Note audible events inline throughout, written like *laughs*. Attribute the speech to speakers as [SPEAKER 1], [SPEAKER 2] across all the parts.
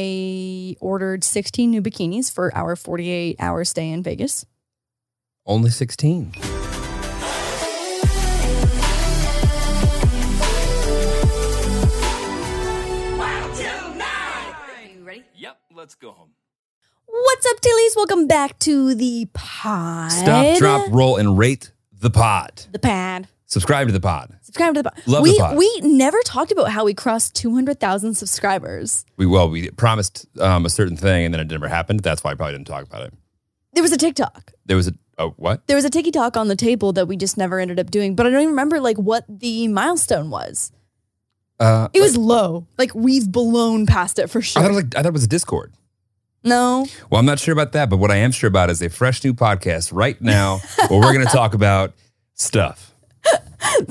[SPEAKER 1] I ordered 16 new bikinis for our 48 hour stay in Vegas.
[SPEAKER 2] Only 16.
[SPEAKER 3] Yep, let's go home.
[SPEAKER 1] What's up, Tillies? Welcome back to the pod.
[SPEAKER 2] Stop, drop, roll, and rate the pod.
[SPEAKER 1] The pad.
[SPEAKER 2] Subscribe to the pod.
[SPEAKER 1] Subscribe to the pod.
[SPEAKER 2] Love
[SPEAKER 1] we,
[SPEAKER 2] the pod.
[SPEAKER 1] We never talked about how we crossed 200,000 subscribers.
[SPEAKER 2] We well, we promised um, a certain thing, and then it never happened. That's why I probably didn't talk about it.
[SPEAKER 1] There was a TikTok.
[SPEAKER 2] There was a oh what?
[SPEAKER 1] There was a TikTok on the table that we just never ended up doing, but I don't even remember like what the milestone was.
[SPEAKER 2] Uh,
[SPEAKER 1] It was low. Like we've blown past it for
[SPEAKER 2] I
[SPEAKER 1] sure.
[SPEAKER 2] thought it was like I thought it was a Discord.
[SPEAKER 1] no.
[SPEAKER 2] Well, I'm not sure about that, but what I am sure about is a fresh new podcast right now where we're going to talk about stuff.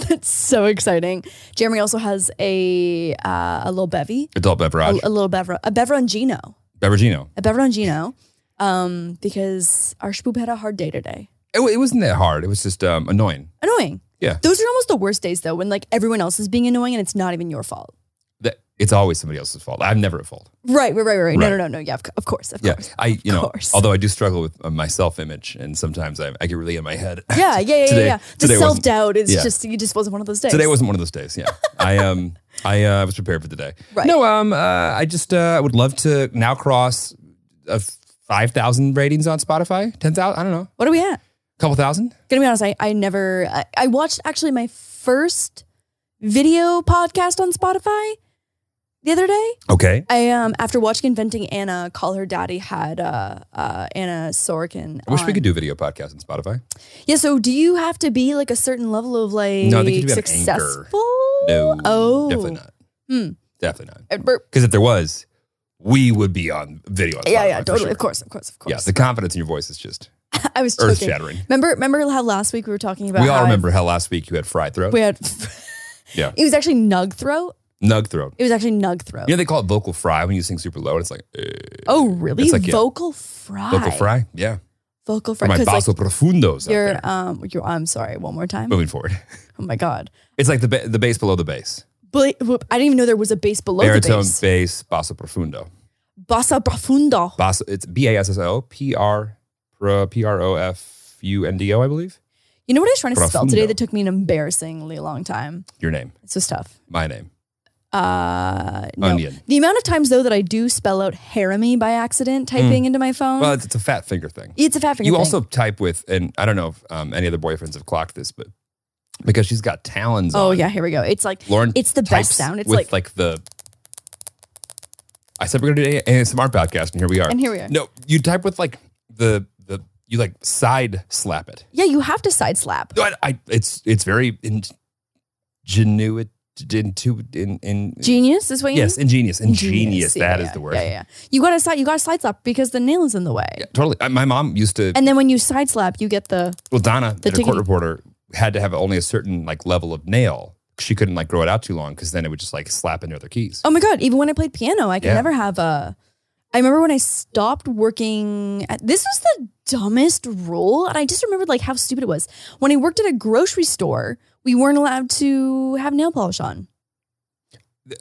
[SPEAKER 1] That's so exciting. Jeremy also has a uh, a little bevy,
[SPEAKER 2] Adult
[SPEAKER 1] a,
[SPEAKER 2] beverage,
[SPEAKER 1] a little bevra, a beverangino,
[SPEAKER 2] beveragino.
[SPEAKER 1] a beverangino, um, because our shpoop had a hard day today.
[SPEAKER 2] It, wa- it wasn't that hard. It was just um, annoying.
[SPEAKER 1] Annoying.
[SPEAKER 2] Yeah.
[SPEAKER 1] Those are almost the worst days though, when like everyone else is being annoying and it's not even your fault.
[SPEAKER 2] That it's always somebody else's fault. I'm never at fault.
[SPEAKER 1] Right, right, right, right. right.
[SPEAKER 2] Right.
[SPEAKER 1] No, no, no, no. Yeah, of, c- of course, of
[SPEAKER 2] Yeah,
[SPEAKER 1] course.
[SPEAKER 2] I you know.
[SPEAKER 1] course.
[SPEAKER 2] Although I do struggle with uh, my self image, and sometimes I, I get really in my head.
[SPEAKER 1] *laughs* *laughs* Yeah, yeah, yeah,
[SPEAKER 2] Today-
[SPEAKER 1] yeah, yeah. The
[SPEAKER 2] today wasn't-
[SPEAKER 1] self doubt is
[SPEAKER 2] yeah.
[SPEAKER 1] just it just wasn't one of those days.
[SPEAKER 2] *laughs* Today wasn't one of those days. Yeah, I um I uh, was prepared for today.
[SPEAKER 1] Right.
[SPEAKER 2] No, um uh, I just uh, would love to now cross uh, five thousand ratings on Spotify. Ten thousand? I don't know.
[SPEAKER 1] What are we at?
[SPEAKER 2] couple thousand?
[SPEAKER 1] Gonna be honest, I I never I, I watched actually my first video podcast on Spotify the other day.
[SPEAKER 2] Okay.
[SPEAKER 1] I um after watching Inventing Anna, Call Her Daddy had uh uh Anna Sorokin.
[SPEAKER 2] I wish we
[SPEAKER 1] on.
[SPEAKER 2] could do a video podcast on Spotify.
[SPEAKER 1] Yeah, so do you have to be like a certain level of like
[SPEAKER 2] No, I think you have to be on
[SPEAKER 1] successful?
[SPEAKER 2] No.
[SPEAKER 1] Oh.
[SPEAKER 2] Definitely not.
[SPEAKER 1] Hmm.
[SPEAKER 2] Definitely not.
[SPEAKER 1] Uh, burp.
[SPEAKER 2] Because if there was, we would be on video. On
[SPEAKER 1] Yeah,
[SPEAKER 2] Spotify
[SPEAKER 1] yeah,
[SPEAKER 2] for
[SPEAKER 1] totally.
[SPEAKER 2] sure.
[SPEAKER 1] Of course, of course, of course.
[SPEAKER 2] Yeah, the confidence in your voice is just
[SPEAKER 1] *laughs* I was
[SPEAKER 2] earth
[SPEAKER 1] joking.
[SPEAKER 2] shattering.
[SPEAKER 1] Remember remember how last week we were talking about
[SPEAKER 2] We all
[SPEAKER 1] how I-
[SPEAKER 2] remember how last week you had fried throat,
[SPEAKER 1] we had *laughs*
[SPEAKER 2] Yeah.
[SPEAKER 1] It was actually nug throat.
[SPEAKER 2] nug throat.
[SPEAKER 1] It was actually nug throat.
[SPEAKER 2] You know they call it vocal fry when you sing super low, and it's like eh,
[SPEAKER 1] oh, really?
[SPEAKER 2] It's like, yeah.
[SPEAKER 1] vocal fry.
[SPEAKER 2] vocal fry. Yeah,
[SPEAKER 1] Vocal
[SPEAKER 2] for
[SPEAKER 1] fry.
[SPEAKER 2] my
[SPEAKER 1] 'cause,
[SPEAKER 2] basso profundos.
[SPEAKER 1] like, your
[SPEAKER 2] out there.
[SPEAKER 1] um your I'm sorry, one more time.
[SPEAKER 2] Moving forward,
[SPEAKER 1] Oh my god.
[SPEAKER 2] it's like the ba- the bass below the bass,
[SPEAKER 1] Bla- whoop, I didn't even know there was a bass below
[SPEAKER 2] baritone
[SPEAKER 1] the bass.
[SPEAKER 2] bass, basso profundo.
[SPEAKER 1] Bassa profundo.
[SPEAKER 2] Basso, it's B A S S O P R pro- P R O F U N D O, I believe.
[SPEAKER 1] You know what I was trying to spell today
[SPEAKER 2] Profundo.
[SPEAKER 1] that took me an embarrassingly long time?
[SPEAKER 2] Your name,
[SPEAKER 1] It's just tough.
[SPEAKER 2] my name,
[SPEAKER 1] Uh, no.
[SPEAKER 2] onion.
[SPEAKER 1] The amount of times though that I do spell out harami by accident typing into my phone,
[SPEAKER 2] Mm. Well, it's, it's a fat finger thing.
[SPEAKER 1] it's a fat Oh. finger.
[SPEAKER 2] you
[SPEAKER 1] thing.
[SPEAKER 2] also type with, and I don't know if um, any other boyfriends have clocked this, but because she's got talons.
[SPEAKER 1] Oh
[SPEAKER 2] on,
[SPEAKER 1] yeah, here we go. It's like
[SPEAKER 2] Lauren.
[SPEAKER 1] it's the best
[SPEAKER 2] types
[SPEAKER 1] sound. It's
[SPEAKER 2] with
[SPEAKER 1] like,
[SPEAKER 2] the. I said we're gonna do an ASMR podcast, and here we are.
[SPEAKER 1] and here we are.
[SPEAKER 2] No, you type with like the the you like side slap it.
[SPEAKER 1] Yeah, you have to side slap.
[SPEAKER 2] No, I, I it's it's very ingenuity into in in
[SPEAKER 1] Genius is what you
[SPEAKER 2] yes ingenious
[SPEAKER 1] mean?
[SPEAKER 2] ingenious
[SPEAKER 1] Yeah,
[SPEAKER 2] that is
[SPEAKER 1] yeah,
[SPEAKER 2] the word.
[SPEAKER 1] Yeah, yeah, yeah. You gotta side you gotta side slap because the nail is in the way.
[SPEAKER 2] Yeah, totally. I, my mom used to.
[SPEAKER 1] And then when you side slap, you get the
[SPEAKER 2] well, Donna,
[SPEAKER 1] the
[SPEAKER 2] the
[SPEAKER 1] tickety-
[SPEAKER 2] court reporter, had to have only a certain like level of nail. She couldn't like grow it out too long because then it would just like slap into other keys.
[SPEAKER 1] Oh my god! Even when I played piano, I could
[SPEAKER 2] Yeah.
[SPEAKER 1] never have a. I remember when I stopped working. At, this was the dumbest rule, and I just remembered like how stupid it was. When I worked at a grocery store, we weren't allowed to have nail polish on.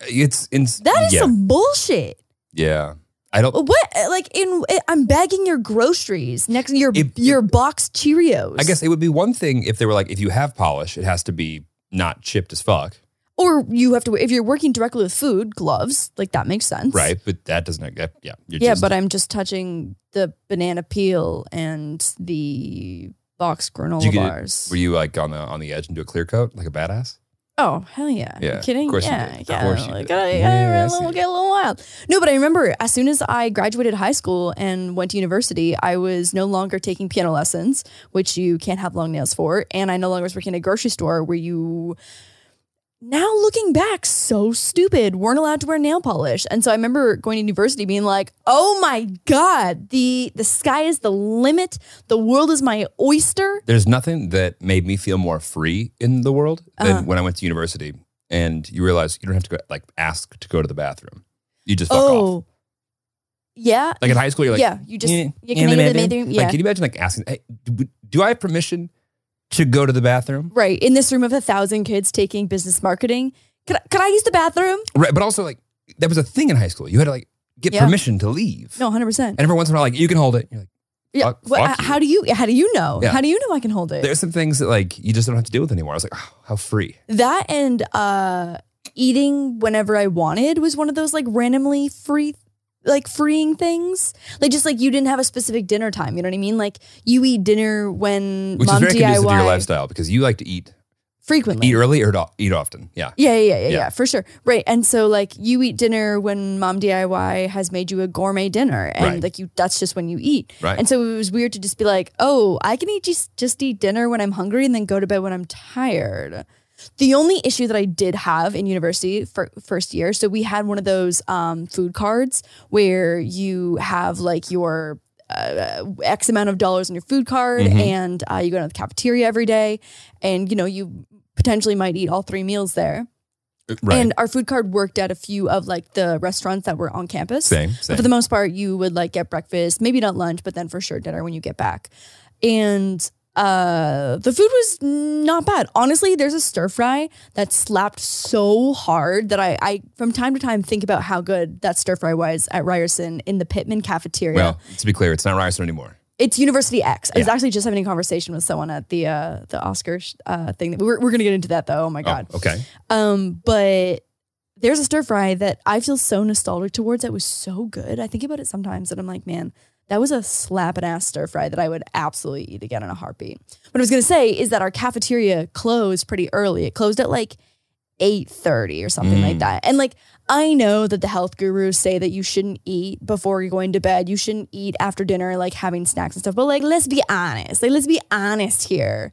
[SPEAKER 2] It's in
[SPEAKER 1] That is
[SPEAKER 2] yeah,
[SPEAKER 1] some bullshit.
[SPEAKER 2] yeah. I don't.
[SPEAKER 1] What? eh, Like in I'm bagging your groceries next your
[SPEAKER 2] It-
[SPEAKER 1] your box Cheerios.
[SPEAKER 2] I guess it would be one thing if they were like, if you have polish, it has to be not chipped as fuck,
[SPEAKER 1] Or you have to if you're working directly with food, gloves like that makes sense.
[SPEAKER 2] right? But that doesn't. That, yeah, you're
[SPEAKER 1] Yeah,
[SPEAKER 2] just-
[SPEAKER 1] but I'm just touching the banana peel and the box granola
[SPEAKER 2] you get it-
[SPEAKER 1] bars.
[SPEAKER 2] Were you like on the on the edge and do a clear coat like a badass?
[SPEAKER 1] oh hell yeah!
[SPEAKER 2] Yeah,
[SPEAKER 1] you kidding?
[SPEAKER 2] of course you
[SPEAKER 1] yeah,
[SPEAKER 2] did. Of
[SPEAKER 1] yeah.
[SPEAKER 2] course you
[SPEAKER 1] like,
[SPEAKER 2] did.
[SPEAKER 1] I, I,
[SPEAKER 2] Yeah, I
[SPEAKER 1] a little-
[SPEAKER 2] see.
[SPEAKER 1] get a little wild. No, but I remember as soon as I graduated high school and went to university, I was no longer taking piano lessons, which you can't have long nails for, and I no longer was working at a grocery store where you. Now looking back, so stupid. Weren't allowed to wear nail polish, and so I remember going to university being like, "Oh my god, the the sky is the limit. The world is my oyster."
[SPEAKER 2] There's nothing that made me feel more free in the world than
[SPEAKER 1] Uh-huh.
[SPEAKER 2] when I went to university and you realize you don't have to go, like ask to go to the bathroom. You just fuck off.
[SPEAKER 1] Oh, yeah,
[SPEAKER 2] Like in high school, you're like, "Eh,
[SPEAKER 1] yeah, you just
[SPEAKER 2] "Yeah,
[SPEAKER 1] you
[SPEAKER 2] yeah,
[SPEAKER 1] can
[SPEAKER 2] the
[SPEAKER 1] make it
[SPEAKER 2] bathroom."
[SPEAKER 1] the bathroom.
[SPEAKER 2] Like,
[SPEAKER 1] Yeah,
[SPEAKER 2] can you imagine like asking, hey, do, do I have permission to go to the bathroom?
[SPEAKER 1] right. In this room of a thousand kids taking business marketing, could I, could I use the bathroom?
[SPEAKER 2] Right. But also like that was a thing in high school. You had to like get
[SPEAKER 1] Yeah.
[SPEAKER 2] permission to leave.
[SPEAKER 1] No, hundred percent.
[SPEAKER 2] And every once in a while, like you can hold it. You're like,
[SPEAKER 1] Yeah.
[SPEAKER 2] fuck-
[SPEAKER 1] Well,
[SPEAKER 2] fuck
[SPEAKER 1] h- how do you? How do you know?
[SPEAKER 2] Yeah.
[SPEAKER 1] How do you know I can hold it?
[SPEAKER 2] there's some things that like you just don't have to deal with anymore. I was like, oh, how free.
[SPEAKER 1] that and uh, eating whenever I wanted was one of those like randomly free, like freeing things. Like just like you didn't have a specific dinner time. You know what I mean? Like you eat dinner when
[SPEAKER 2] Which
[SPEAKER 1] mom
[SPEAKER 2] is very conducive to your
[SPEAKER 1] DIY
[SPEAKER 2] lifestyle because you like to eat,
[SPEAKER 1] frequently.
[SPEAKER 2] eat early or do- eat often. Yeah.
[SPEAKER 1] Yeah, yeah, yeah, yeah,
[SPEAKER 2] Yeah.
[SPEAKER 1] yeah, for sure. Right. And so like you eat dinner when mom DIY has made you a gourmet dinner and
[SPEAKER 2] Right.
[SPEAKER 1] like you that's just when you eat.
[SPEAKER 2] Right.
[SPEAKER 1] And so it was weird to just be like, "Oh, I can eat just just eat dinner when I'm hungry and then go to bed when I'm tired." The only issue that I did have in university for first year, so we had one of those um, food cards where you have like your uh, X amount of dollars on your food card,
[SPEAKER 2] Mhm.
[SPEAKER 1] and uh, you go to the cafeteria every day, and you know you potentially might eat all three meals there.
[SPEAKER 2] Right.
[SPEAKER 1] Uh, And our food card worked at a few of like the restaurants that were on campus.
[SPEAKER 2] same.
[SPEAKER 1] But
[SPEAKER 2] Same.
[SPEAKER 1] for the most part, you would like get breakfast, maybe not lunch, but then for sure dinner when you get back. And uh the food was not bad. Honestly, there's a stir fry that slapped so hard that I, I from time to time think about how good that stir fry was at Ryerson in the Pittman cafeteria
[SPEAKER 2] well, to be clear, it's not Ryerson anymore.
[SPEAKER 1] it's University X. I was
[SPEAKER 2] Yeah.
[SPEAKER 1] actually just having a conversation with someone at the uh, the Oscars uh, thing. That we're we're gonna get into that though. Oh my god.
[SPEAKER 2] Oh, okay.
[SPEAKER 1] Um, but there's a stir fry that I feel so nostalgic towards. That was so good. I think about it sometimes, and I'm like, man, that was a slap and ass stir fry that I would absolutely eat again in a heartbeat. What I was gonna say is that our cafeteria closed pretty early. It closed at like. 8:30 or something like
[SPEAKER 2] Mm.
[SPEAKER 1] that. And like I know that the health gurus say that you shouldn't eat before you're going to bed. You shouldn't eat after dinner like having snacks and stuff. But like let's be honest. Like let's be honest here.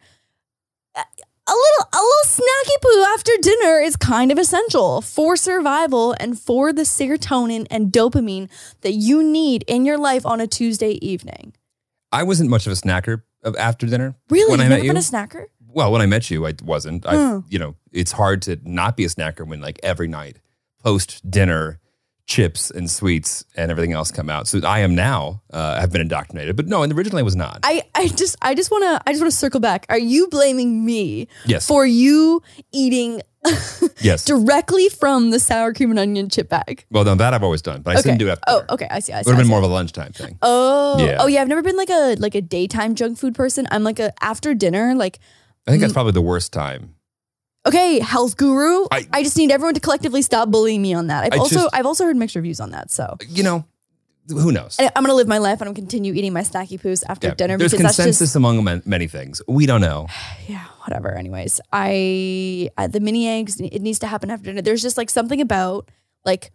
[SPEAKER 1] A little a little snacky poo after dinner is kind of essential for survival and for the serotonin and dopamine that you need in your life on a Tuesday evening.
[SPEAKER 2] I wasn't much of a snacker of after dinner.
[SPEAKER 1] Really?
[SPEAKER 2] When I
[SPEAKER 1] You've
[SPEAKER 2] met
[SPEAKER 1] never
[SPEAKER 2] you.
[SPEAKER 1] been a snacker?
[SPEAKER 2] well, when I met you, I wasn't. I,
[SPEAKER 1] Hmm.
[SPEAKER 2] you know, it's hard to not be a snacker when like every night post dinner chips and sweets and everything else come out. So I am now. Uh, I've been indoctrinated, but no, and originally I was not.
[SPEAKER 1] I, I just I just wanna I just wanna circle back. Are you blaming me
[SPEAKER 2] yes.
[SPEAKER 1] for you eating
[SPEAKER 2] yes.
[SPEAKER 1] directly from the sour cream and onion chip bag.
[SPEAKER 2] well, no, that I've always done, but I
[SPEAKER 1] okay.
[SPEAKER 2] didn't do it after.
[SPEAKER 1] oh,
[SPEAKER 2] dinner.
[SPEAKER 1] okay. I see. I
[SPEAKER 2] It
[SPEAKER 1] see.
[SPEAKER 2] would
[SPEAKER 1] I
[SPEAKER 2] have
[SPEAKER 1] see.
[SPEAKER 2] been more of a lunchtime thing.
[SPEAKER 1] Oh,
[SPEAKER 2] Yeah.
[SPEAKER 1] oh yeah. I've never been like a like a daytime junk food person. I'm like a after dinner. Like
[SPEAKER 2] I
[SPEAKER 1] Mm.
[SPEAKER 2] think that's probably the worst time.
[SPEAKER 1] okay, health guru. I,
[SPEAKER 2] I-
[SPEAKER 1] just need everyone to collectively stop bullying me on that. I've
[SPEAKER 2] I
[SPEAKER 1] also
[SPEAKER 2] just-
[SPEAKER 1] I've also heard mixed reviews on that. So
[SPEAKER 2] You know, who knows?
[SPEAKER 1] And I'm gonna live my life and I'm gonna continue eating my snacky poos after
[SPEAKER 2] Yeah.
[SPEAKER 1] dinner
[SPEAKER 2] There's
[SPEAKER 1] because that's
[SPEAKER 2] consensus
[SPEAKER 1] just
[SPEAKER 2] among man- many things. We don't know.
[SPEAKER 1] yeah, whatever. Anyways, I uh, the mini eggs. It needs to happen after dinner. There's just like something about like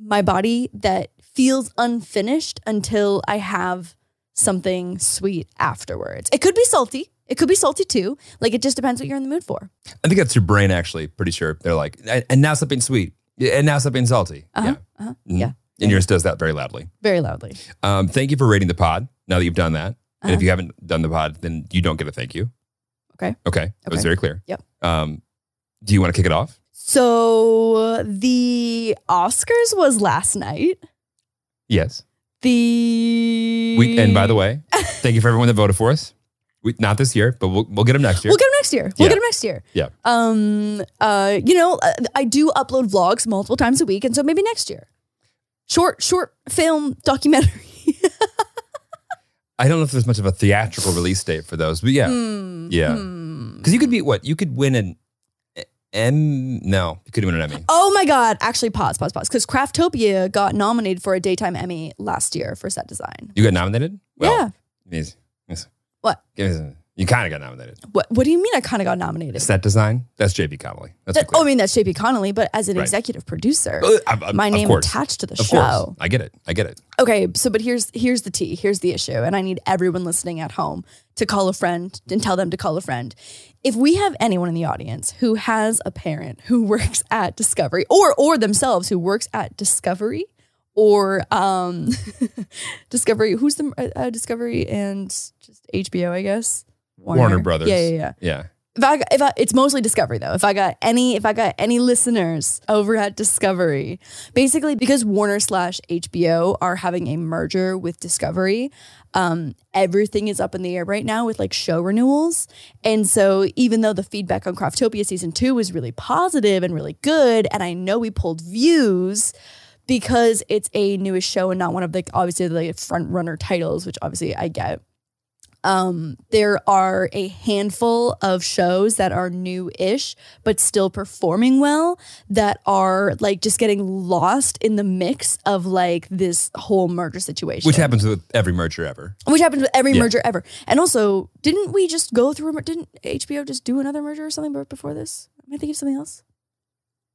[SPEAKER 1] my body that feels unfinished until I have something sweet afterwards. It could be salty. It could be salty too. Like it just depends what you're in the mood for.
[SPEAKER 2] I think that's your brain actually. Pretty sure they're like, and and now something sweet, and now something salty.
[SPEAKER 1] Uh-huh.
[SPEAKER 2] Yeah.
[SPEAKER 1] Uh-huh.
[SPEAKER 2] Mhm.
[SPEAKER 1] Yeah.
[SPEAKER 2] And yours does that very loudly.
[SPEAKER 1] Very loudly.
[SPEAKER 2] Um, thank you for rating the pod. Now that you've done that, and
[SPEAKER 1] Uh-huh.
[SPEAKER 2] if you haven't done the pod, then you don't get a thank you.
[SPEAKER 1] Okay.
[SPEAKER 2] Okay. That was
[SPEAKER 1] Okay.
[SPEAKER 2] very clear.
[SPEAKER 1] Yep.
[SPEAKER 2] Um, do you want to kick it off?
[SPEAKER 1] So the Oscars was last night.
[SPEAKER 2] Yes.
[SPEAKER 1] The
[SPEAKER 2] We, and
[SPEAKER 1] Mm.
[SPEAKER 2] by the way, thank you for everyone that voted for us. We, not this year, but we'll, we'll get them next year.
[SPEAKER 1] We'll get them next year. We'll
[SPEAKER 2] Yeah.
[SPEAKER 1] get them next year.
[SPEAKER 2] Yeah.
[SPEAKER 1] Um. Uh. You know, uh, I do upload vlogs multiple times a week, and so maybe next year, short, short film documentary.
[SPEAKER 2] I don't know if there's much of a theatrical release date for those, but *laughs* yeah.
[SPEAKER 1] Hmm.
[SPEAKER 2] Yeah.
[SPEAKER 1] Hmm.
[SPEAKER 2] Because you could be what? You could win an M. No, you could win an Emmy.
[SPEAKER 1] Oh my God! Actually, pause, pause, pause. Because Craftopia got nominated for a daytime Emmy last year for set design.
[SPEAKER 2] You got nominated?
[SPEAKER 1] yeah.
[SPEAKER 2] yes, yes.
[SPEAKER 1] What?
[SPEAKER 2] Give me some- You kind of got nominated.
[SPEAKER 1] What What do you mean? I kind of got nominated.
[SPEAKER 2] Set design? That's JB Connolly. That's
[SPEAKER 1] That- oh, I mean that's JP Connolly, but as an
[SPEAKER 2] Right.
[SPEAKER 1] executive producer, my
[SPEAKER 2] my
[SPEAKER 1] name
[SPEAKER 2] Of course.
[SPEAKER 1] attached to the
[SPEAKER 2] Of
[SPEAKER 1] show.
[SPEAKER 2] course. I get it. I get it.
[SPEAKER 1] Okay, so but here's here's the tea, here's the issue, and I need everyone listening at home to call a friend and tell them to call a friend. If we have anyone in the audience who has a parent who *laughs* works at Discovery or or themselves who works at Discovery or um *laughs* Discovery, who's the uh, uh, Discovery and just HBO, I guess.
[SPEAKER 2] Warner Brothers.
[SPEAKER 1] Yeah, yeah, yeah
[SPEAKER 2] Yeah.
[SPEAKER 1] if I, if I, it's mostly Discovery though. If I got any, if I got any listeners over at Discovery, basically because Warner slash HBO are having a merger with Discovery, um, everything is up in the air right now with like show renewals. And so even though the feedback on Craftopia season two was really positive and really good, and I know we pulled views because it's a newish show and not one of the obviously the like, front runner titles, which obviously I get. Um, there are a handful of shows that are new-ish but still performing well that are like just getting lost in the mix of like this whole merger situation,
[SPEAKER 2] Which happens with every merger ever.
[SPEAKER 1] which happens with every
[SPEAKER 2] Yeah.
[SPEAKER 1] merger ever. And also, didn't we just go through? a mer- Didn't HBO just do another merger or something right before this? Am I thinking of something else?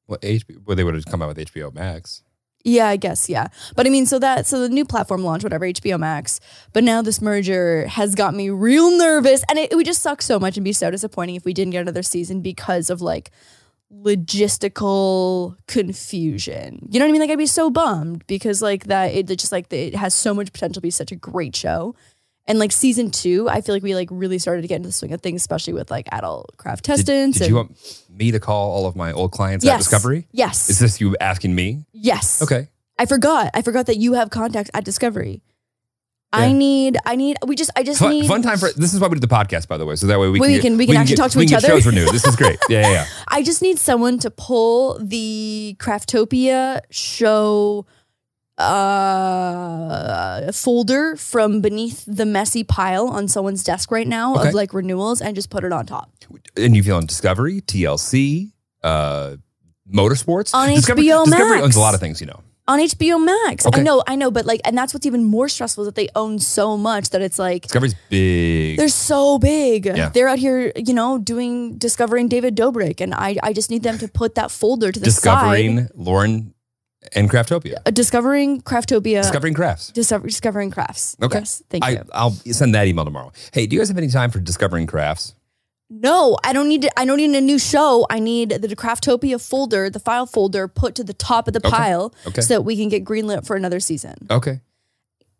[SPEAKER 2] Well, HBO, well they would have come out with HBO Max.
[SPEAKER 1] Yeah, I guess. Yeah. But I mean, so that, so the new platform launch, whatever, HBO Max. But now this merger has got me real nervous. And it, it would just suck so much and be so disappointing if we didn't get another season because of like logistical confusion. You know what I mean? Like, I'd be so bummed because like that, it it just like, it has so much potential to be such a great show. And like season two, I feel like we like really started to get into the swing of things, especially with like adult craft
[SPEAKER 2] Did,
[SPEAKER 1] testants.
[SPEAKER 2] did
[SPEAKER 1] and-
[SPEAKER 2] you want me to call all of my old clients at
[SPEAKER 1] Yes.
[SPEAKER 2] Discovery?
[SPEAKER 1] Yes.
[SPEAKER 2] Is this you asking me?
[SPEAKER 1] yes.
[SPEAKER 2] Okay.
[SPEAKER 1] I forgot. I forgot that you have contacts at Discovery. I
[SPEAKER 2] Yeah.
[SPEAKER 1] need. I need. We just. I just
[SPEAKER 2] Fun,
[SPEAKER 1] need
[SPEAKER 2] fun time for this is why we did the podcast, by the way. So that way we,
[SPEAKER 1] We
[SPEAKER 2] can, get-
[SPEAKER 1] can- we can actually
[SPEAKER 2] get-
[SPEAKER 1] talk to
[SPEAKER 2] we can
[SPEAKER 1] each
[SPEAKER 2] get
[SPEAKER 1] other.
[SPEAKER 2] Shows renewed.
[SPEAKER 1] *laughs*
[SPEAKER 2] This is great. Yeah, yeah, yeah.
[SPEAKER 1] I just need someone to pull the Craftopia show uh folder from beneath the messy pile on someone's desk right now
[SPEAKER 2] Okay.
[SPEAKER 1] of like renewals and just put it on top
[SPEAKER 2] and you feel on Discovery, TLC, uh, motorsports.
[SPEAKER 1] On
[SPEAKER 2] Discovery,
[SPEAKER 1] HBO
[SPEAKER 2] Discovery
[SPEAKER 1] Max.
[SPEAKER 2] owns a lot of things, you know.
[SPEAKER 1] on HBO Max. I
[SPEAKER 2] Okay.
[SPEAKER 1] know, I know, but like and that's what's even more stressful is that they own so much that it's like
[SPEAKER 2] Discovery's big.
[SPEAKER 1] They're so big.
[SPEAKER 2] Yeah.
[SPEAKER 1] They're out here, you know, doing discovering David Dobrik, and I, I just need them to put that folder to the
[SPEAKER 2] discovering
[SPEAKER 1] side.
[SPEAKER 2] Lauren and Craftopia.
[SPEAKER 1] Uh, discovering Craftopia.
[SPEAKER 2] discovering crafts.
[SPEAKER 1] Discover- discovering crafts.
[SPEAKER 2] Okay.
[SPEAKER 1] Yes, thank
[SPEAKER 2] I,
[SPEAKER 1] you.
[SPEAKER 2] I'll send that email tomorrow. Hey, do you guys have any time for discovering crafts?
[SPEAKER 1] No, I don't need. To, I don't need a new show. I need the Craftopia folder, the file folder, put to the top of the
[SPEAKER 2] Okay.
[SPEAKER 1] pile,
[SPEAKER 2] Okay.
[SPEAKER 1] so that we can get greenlit for another season.
[SPEAKER 2] Okay.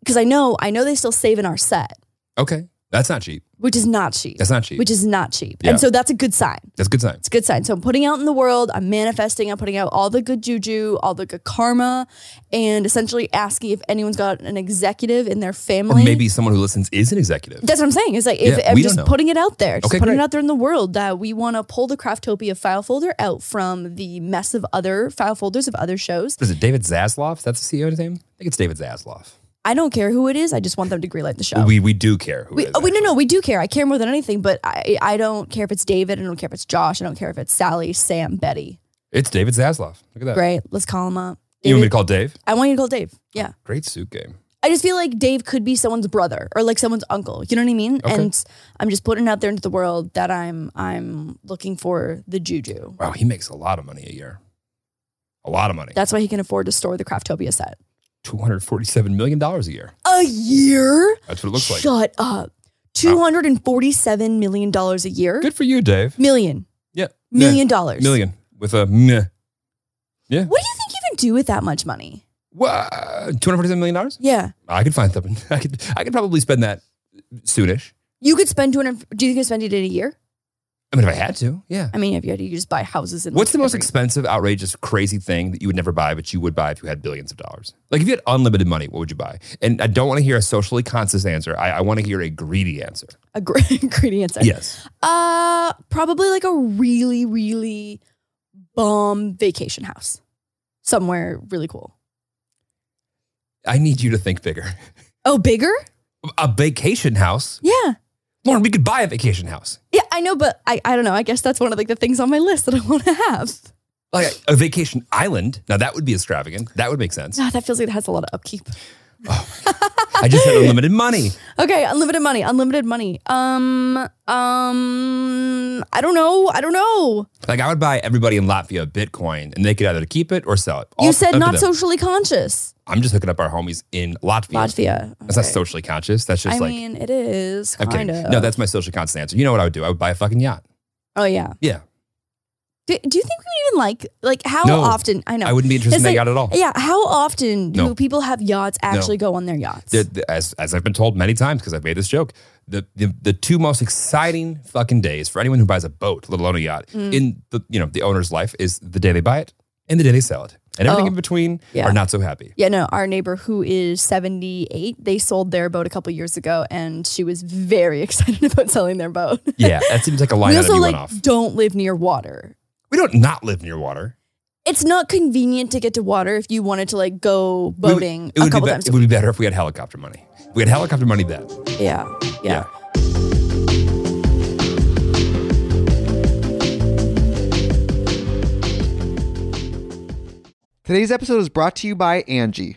[SPEAKER 1] Because I know, I know they still save in our set,
[SPEAKER 2] Okay. That's not cheap.
[SPEAKER 1] which is not cheap.
[SPEAKER 2] That's not cheap.
[SPEAKER 1] Which is not cheap,
[SPEAKER 2] Yeah.
[SPEAKER 1] and so that's a good sign.
[SPEAKER 2] That's a good sign.
[SPEAKER 1] It's a good sign. So I'm putting out in the world, I'm manifesting, I'm putting out all the good juju, all the good karma, and essentially asking if anyone's got an executive in their
[SPEAKER 2] Or
[SPEAKER 1] family.
[SPEAKER 2] maybe someone who listens is an executive.
[SPEAKER 1] that's what I'm saying. It's like if
[SPEAKER 2] Yeah,
[SPEAKER 1] I'm
[SPEAKER 2] we don't know.
[SPEAKER 1] just putting it out there, just
[SPEAKER 2] Okay,
[SPEAKER 1] putting
[SPEAKER 2] great.
[SPEAKER 1] it out there in the world that we want to pull the Craftopia file folder out from the mess of other file folders of other shows.
[SPEAKER 2] What is it David Zasloff? That's the CEO's name? I think it's David Zasloff.
[SPEAKER 1] I don't care who it is. I just want them to greenlight the show.
[SPEAKER 2] We, we do care who
[SPEAKER 1] Oh. We,
[SPEAKER 2] it is.
[SPEAKER 1] oh, we no no we do care. I care more than anything, but I I don't care if it's David. I don't care if it's Josh. I don't care if it's Sally, Sam, Betty.
[SPEAKER 2] It's David Zasloff. Look at that.
[SPEAKER 1] Great, let's call him up.
[SPEAKER 2] You want me to
[SPEAKER 1] David-
[SPEAKER 2] call Dave?
[SPEAKER 1] I want you to call Dave. Yeah.
[SPEAKER 2] Great suit game.
[SPEAKER 1] I just feel like Dave could be someone's brother or like someone's uncle. You know what I mean?
[SPEAKER 2] Okay.
[SPEAKER 1] And I'm just putting it out there into the world that I'm I'm looking for the juju.
[SPEAKER 2] Wow, he makes a lot of money a year. A lot of money.
[SPEAKER 1] That's why he can afford to store the Craftopia set.
[SPEAKER 2] $247 million a year.
[SPEAKER 1] A year?
[SPEAKER 2] That's what it looks like.
[SPEAKER 1] Shut up. Two hundred and forty-seven million dollars a year.
[SPEAKER 2] Good for you, Dave.
[SPEAKER 1] Million.
[SPEAKER 2] Yeah.
[SPEAKER 1] Million dollars.
[SPEAKER 2] Million. With a meh. Yeah.
[SPEAKER 1] What do you think you can do with that much money?
[SPEAKER 2] What? $247 million?
[SPEAKER 1] Yeah.
[SPEAKER 2] I could find something. *laughs* I could, I could probably spend that soonish.
[SPEAKER 1] You could spend two hundred do you think you could spend it in a year?
[SPEAKER 2] I mean, if I had to, yeah.
[SPEAKER 1] I mean, if you had to you just buy houses and
[SPEAKER 2] What's the most expensive, outrageous, crazy thing that you would never buy, but you would buy if you had billions of dollars? Like if you had unlimited money, what would you buy? And I don't want to hear a socially conscious answer. I, I want to hear a greedy answer.
[SPEAKER 1] *laughs* a great *laughs* ingredient set?
[SPEAKER 2] Yes.
[SPEAKER 1] Uh, probably like a really, really bomb vacation house somewhere really cool.
[SPEAKER 2] I need you to think bigger.
[SPEAKER 1] Oh, bigger?
[SPEAKER 2] A vacation house?
[SPEAKER 1] Yeah.
[SPEAKER 2] Lauren, we could buy a vacation house.
[SPEAKER 1] Yeah, I know, but I, I don't know. I guess that's one of like the things on my list that I *laughs* want to have.
[SPEAKER 2] Like a vacation island. Now that would be extravagant. That would make sense.
[SPEAKER 1] Ah, that feels like it has a lot of upkeep.
[SPEAKER 2] I just had
[SPEAKER 1] *laughs*
[SPEAKER 2] unlimited money.
[SPEAKER 1] Okay, unlimited money, unlimited money. Um, um, I don't know. I don't know.
[SPEAKER 2] Like I would buy everybody in Latvia Bitcoin, and they could either keep it or sell it.
[SPEAKER 1] you
[SPEAKER 2] All up
[SPEAKER 1] said
[SPEAKER 2] to
[SPEAKER 1] not
[SPEAKER 2] them.
[SPEAKER 1] socially conscious.
[SPEAKER 2] I'm just hooking up our homies in Latvia.
[SPEAKER 1] Latvia.
[SPEAKER 2] That's
[SPEAKER 1] Okay.
[SPEAKER 2] not socially conscious. That's just
[SPEAKER 1] I
[SPEAKER 2] like
[SPEAKER 1] mean, it is
[SPEAKER 2] I'm
[SPEAKER 1] kind
[SPEAKER 2] kidding.
[SPEAKER 1] of.
[SPEAKER 2] No, that's my socially conscious answer. You know what I would do? I would buy a fucking yacht.
[SPEAKER 1] Oh yeah.
[SPEAKER 2] Yeah,
[SPEAKER 1] Do, do you think we would even like like how
[SPEAKER 2] No.
[SPEAKER 1] often? I know.
[SPEAKER 2] I wouldn't be interested in
[SPEAKER 1] It's
[SPEAKER 2] that
[SPEAKER 1] like-
[SPEAKER 2] yacht at all.
[SPEAKER 1] Yeah, how often do
[SPEAKER 2] No.
[SPEAKER 1] people have yachts actually go on their yachts?
[SPEAKER 2] The- the- as, as I've been told many times because I've made this joke, the, the the two most exciting fucking days for anyone who buys a boat, let alone a yacht,
[SPEAKER 1] Mm.
[SPEAKER 2] in the you know the owner's life is the day they buy it and the day they sell it, and everything
[SPEAKER 1] Oh.
[SPEAKER 2] in between
[SPEAKER 1] Yeah.
[SPEAKER 2] are not so happy.
[SPEAKER 1] yeah, no, our neighbor who is 78, they sold their boat a couple years ago and she was very *laughs* excited about selling their boat.
[SPEAKER 2] Yeah, that seems like a line
[SPEAKER 1] *laughs* we
[SPEAKER 2] item
[SPEAKER 1] also
[SPEAKER 2] you
[SPEAKER 1] like
[SPEAKER 2] went off.
[SPEAKER 1] don't live near water.
[SPEAKER 2] We don't not live near water.
[SPEAKER 1] it's not convenient to get to water if you wanted to like go
[SPEAKER 2] We would-
[SPEAKER 1] boating
[SPEAKER 2] it
[SPEAKER 1] a
[SPEAKER 2] would be
[SPEAKER 1] couple
[SPEAKER 2] be-
[SPEAKER 1] times.
[SPEAKER 2] It would be better if we had helicopter money. If we had helicopter money then.
[SPEAKER 1] yeah, yeah.
[SPEAKER 4] Today's episode is brought to you by Angie.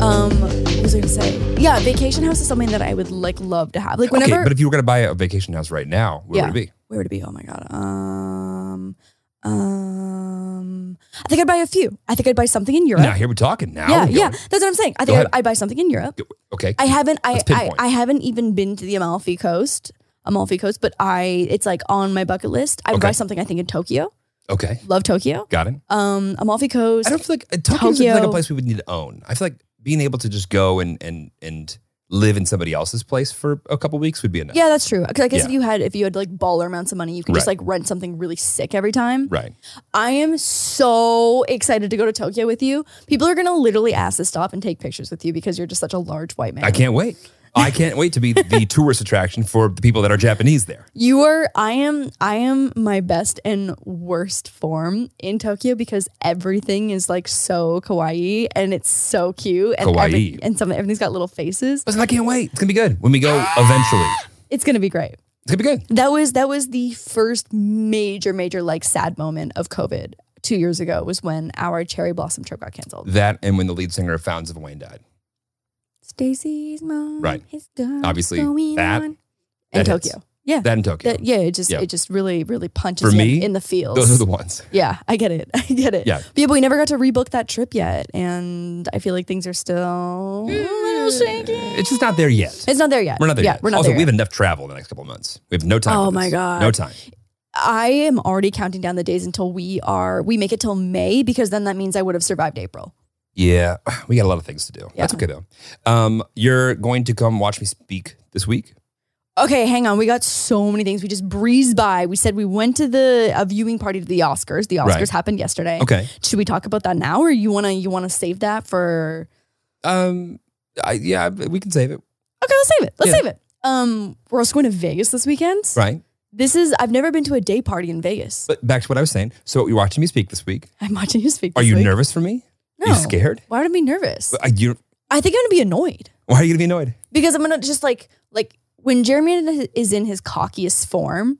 [SPEAKER 1] Um, what was I gonna say? Yeah, vacation house is something that I would like love to have. Like whenever,
[SPEAKER 2] okay, but if you were going to buy a vacation house right now, where would it be?
[SPEAKER 1] Where would it be? Oh my god. Um, um, I think I'd buy a few. I think I'd buy something in Europe.
[SPEAKER 2] Now here we're talking. Now
[SPEAKER 1] yeah,
[SPEAKER 2] we're
[SPEAKER 1] yeah.
[SPEAKER 2] going.
[SPEAKER 1] That's what I'm saying. I
[SPEAKER 2] Go
[SPEAKER 1] think I'd,
[SPEAKER 2] ahead.
[SPEAKER 1] I'd buy something in Europe.
[SPEAKER 2] Okay.
[SPEAKER 1] I haven't. I,
[SPEAKER 2] Let's
[SPEAKER 1] I
[SPEAKER 2] pinpoint.
[SPEAKER 1] I haven't even been to the Amalfi Coast. Amalfi Coast, but I it's like on my bucket list. I'd
[SPEAKER 2] Okay.
[SPEAKER 1] buy something. I think in Tokyo.
[SPEAKER 2] okay.
[SPEAKER 1] Love Tokyo.
[SPEAKER 2] Got it.
[SPEAKER 1] Um, Amalfi Coast.
[SPEAKER 2] I don't feel like uh, Tokyo is like a
[SPEAKER 1] Tokyo.
[SPEAKER 2] place we would need to own. I feel like being able to just go and and and live in somebody else's place for a couple weeks would be enough.
[SPEAKER 1] Yeah, that's true. 'Cause I guess
[SPEAKER 2] Yeah.
[SPEAKER 1] if you had if you had like baller amounts of money, you could just
[SPEAKER 2] Right.
[SPEAKER 1] like rent something really sick every time.
[SPEAKER 2] Right.
[SPEAKER 1] I am so excited to go to Tokyo with you. People are gonna literally ask to stop and take pictures with you because you're just such a large white man.
[SPEAKER 2] I can't wait. I can't wait to
[SPEAKER 1] *laughs*
[SPEAKER 2] be the tourist attraction for the people that are Japanese there.
[SPEAKER 1] You are I am I am my best and worst form in Tokyo because everything is like so kawaii and it's so cute and
[SPEAKER 2] Kawaii.
[SPEAKER 1] and some everything's got little faces.
[SPEAKER 2] Listen, I can't wait. It's gonna be good when we go eventually.
[SPEAKER 1] It's gonna be great.
[SPEAKER 2] It's gonna be good.
[SPEAKER 1] That was that was the first major major like sad moment of COVID. 2 years ago was when our cherry blossom trip got canceled.
[SPEAKER 2] That and when the lead singer of Fountains of Wayne died.
[SPEAKER 1] Stacy's mom
[SPEAKER 2] Right.
[SPEAKER 1] is done.
[SPEAKER 2] Obviously,
[SPEAKER 1] going
[SPEAKER 2] that-
[SPEAKER 1] on.
[SPEAKER 2] that
[SPEAKER 1] and
[SPEAKER 2] hits.
[SPEAKER 1] Tokyo. Yeah.
[SPEAKER 2] That in Tokyo.
[SPEAKER 1] That- yeah, it just
[SPEAKER 2] Yeah.
[SPEAKER 1] it just really really punches
[SPEAKER 2] For
[SPEAKER 1] you
[SPEAKER 2] me,
[SPEAKER 1] in the feels.
[SPEAKER 2] Those are the ones.
[SPEAKER 1] Yeah, I get it. *laughs* I get it.
[SPEAKER 2] Yeah.
[SPEAKER 1] But yeah, but we never got to rebook that trip yet. And I feel like things are still a little shaky.
[SPEAKER 2] It's just not there yet.
[SPEAKER 1] It's not there yet.
[SPEAKER 2] Mm-hmm. We're not there
[SPEAKER 1] yeah,
[SPEAKER 2] yet.
[SPEAKER 1] We're not
[SPEAKER 2] also,
[SPEAKER 1] there
[SPEAKER 2] we have
[SPEAKER 1] yet.
[SPEAKER 2] enough travel in the next couple of months. We have no time.
[SPEAKER 1] Oh
[SPEAKER 2] for
[SPEAKER 1] my
[SPEAKER 2] this.
[SPEAKER 1] God.
[SPEAKER 2] No time.
[SPEAKER 1] I am already counting down the days until we are we make it till May because then that means I would have survived April.
[SPEAKER 2] Yeah, *sighs* we got a lot of things to do. That's okay though. Um, you're going to come watch me speak this week.
[SPEAKER 1] Okay, hang on. We got so many things. We just breezed by. We said we went to the a viewing party to the Oscars. The Oscars
[SPEAKER 2] Right.
[SPEAKER 1] happened yesterday.
[SPEAKER 2] Okay.
[SPEAKER 1] Should we talk about that now or you wanna you wanna save that for
[SPEAKER 2] Um, I, yeah, we can save it,
[SPEAKER 1] Okay, let's save it. Let's
[SPEAKER 2] Yeah.
[SPEAKER 1] save it. Um, we're also going to Vegas this weekend.
[SPEAKER 2] right?
[SPEAKER 1] This is I've never been to a day party in Vegas.
[SPEAKER 2] But back to what I was saying. So you're watching me speak this week.
[SPEAKER 1] *laughs* I'm watching you speak.
[SPEAKER 2] Are
[SPEAKER 1] this
[SPEAKER 2] you
[SPEAKER 1] week.
[SPEAKER 2] nervous for me?
[SPEAKER 1] No.
[SPEAKER 2] Are you scared?
[SPEAKER 1] Why would I be nervous?
[SPEAKER 2] Are you,
[SPEAKER 1] I think I'm gonna be annoyed
[SPEAKER 2] why are you gonna be annoyed?
[SPEAKER 1] because I'm gonna just like like when Jeremy is in his cockiest form,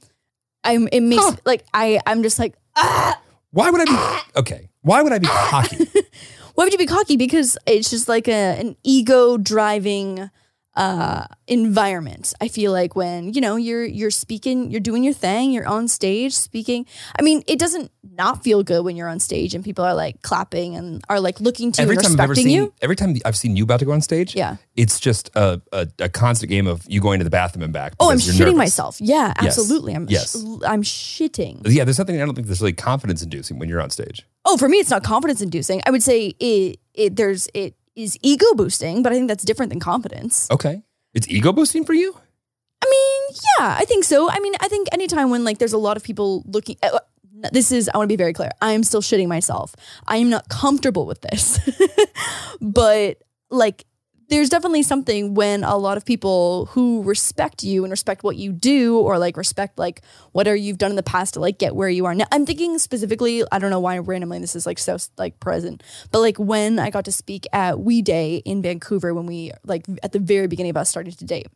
[SPEAKER 1] I'm it makes
[SPEAKER 2] Huh.
[SPEAKER 1] like I I'm just like ah.
[SPEAKER 2] Why would I
[SPEAKER 1] *coughs*
[SPEAKER 2] be okay? Why would I be cocky?
[SPEAKER 1] *laughs* Why would you be cocky? Because it's just like a an ego driving. uh, environment. I feel like when you know you're you're speaking, you're doing your thing, you're on stage speaking. I mean, it doesn't not feel good when you're on stage and people are like clapping and are like looking to you,
[SPEAKER 2] every
[SPEAKER 1] and
[SPEAKER 2] time I've ever
[SPEAKER 1] respecting
[SPEAKER 2] seen,
[SPEAKER 1] you.
[SPEAKER 2] every time I've seen you about to go on stage,
[SPEAKER 1] Yeah.
[SPEAKER 2] it's just a, a, a constant game of you going to the bathroom and back.
[SPEAKER 1] Oh, I'm
[SPEAKER 2] because
[SPEAKER 1] shitting
[SPEAKER 2] you're nervous.
[SPEAKER 1] myself. Yeah,
[SPEAKER 2] Yes.
[SPEAKER 1] absolutely. I'm
[SPEAKER 2] Yes.
[SPEAKER 1] sh- I'm shitting.
[SPEAKER 2] Yeah, there's something I don't think that's really confidence inducing when you're on stage.
[SPEAKER 1] Oh, for me, it's not confidence inducing. I would say it it there's it is ego boosting, but I think that's different than confidence.
[SPEAKER 2] Okay, it's ego boosting for you.
[SPEAKER 1] I mean, yeah, I think so. I mean, I think anytime when like there's a lot of people looking uh, this is I want to be very clear. I am still shitting myself. I am not comfortable with this. *laughs* but like there's definitely something when a lot of people who respect you and respect what you do or like respect like whatever you've done in the past to like get where you are now. I'm thinking specifically, I don't know why randomly this is like so like present, but like when I got to speak at We Day in Vancouver when we like at the very beginning of us starting to date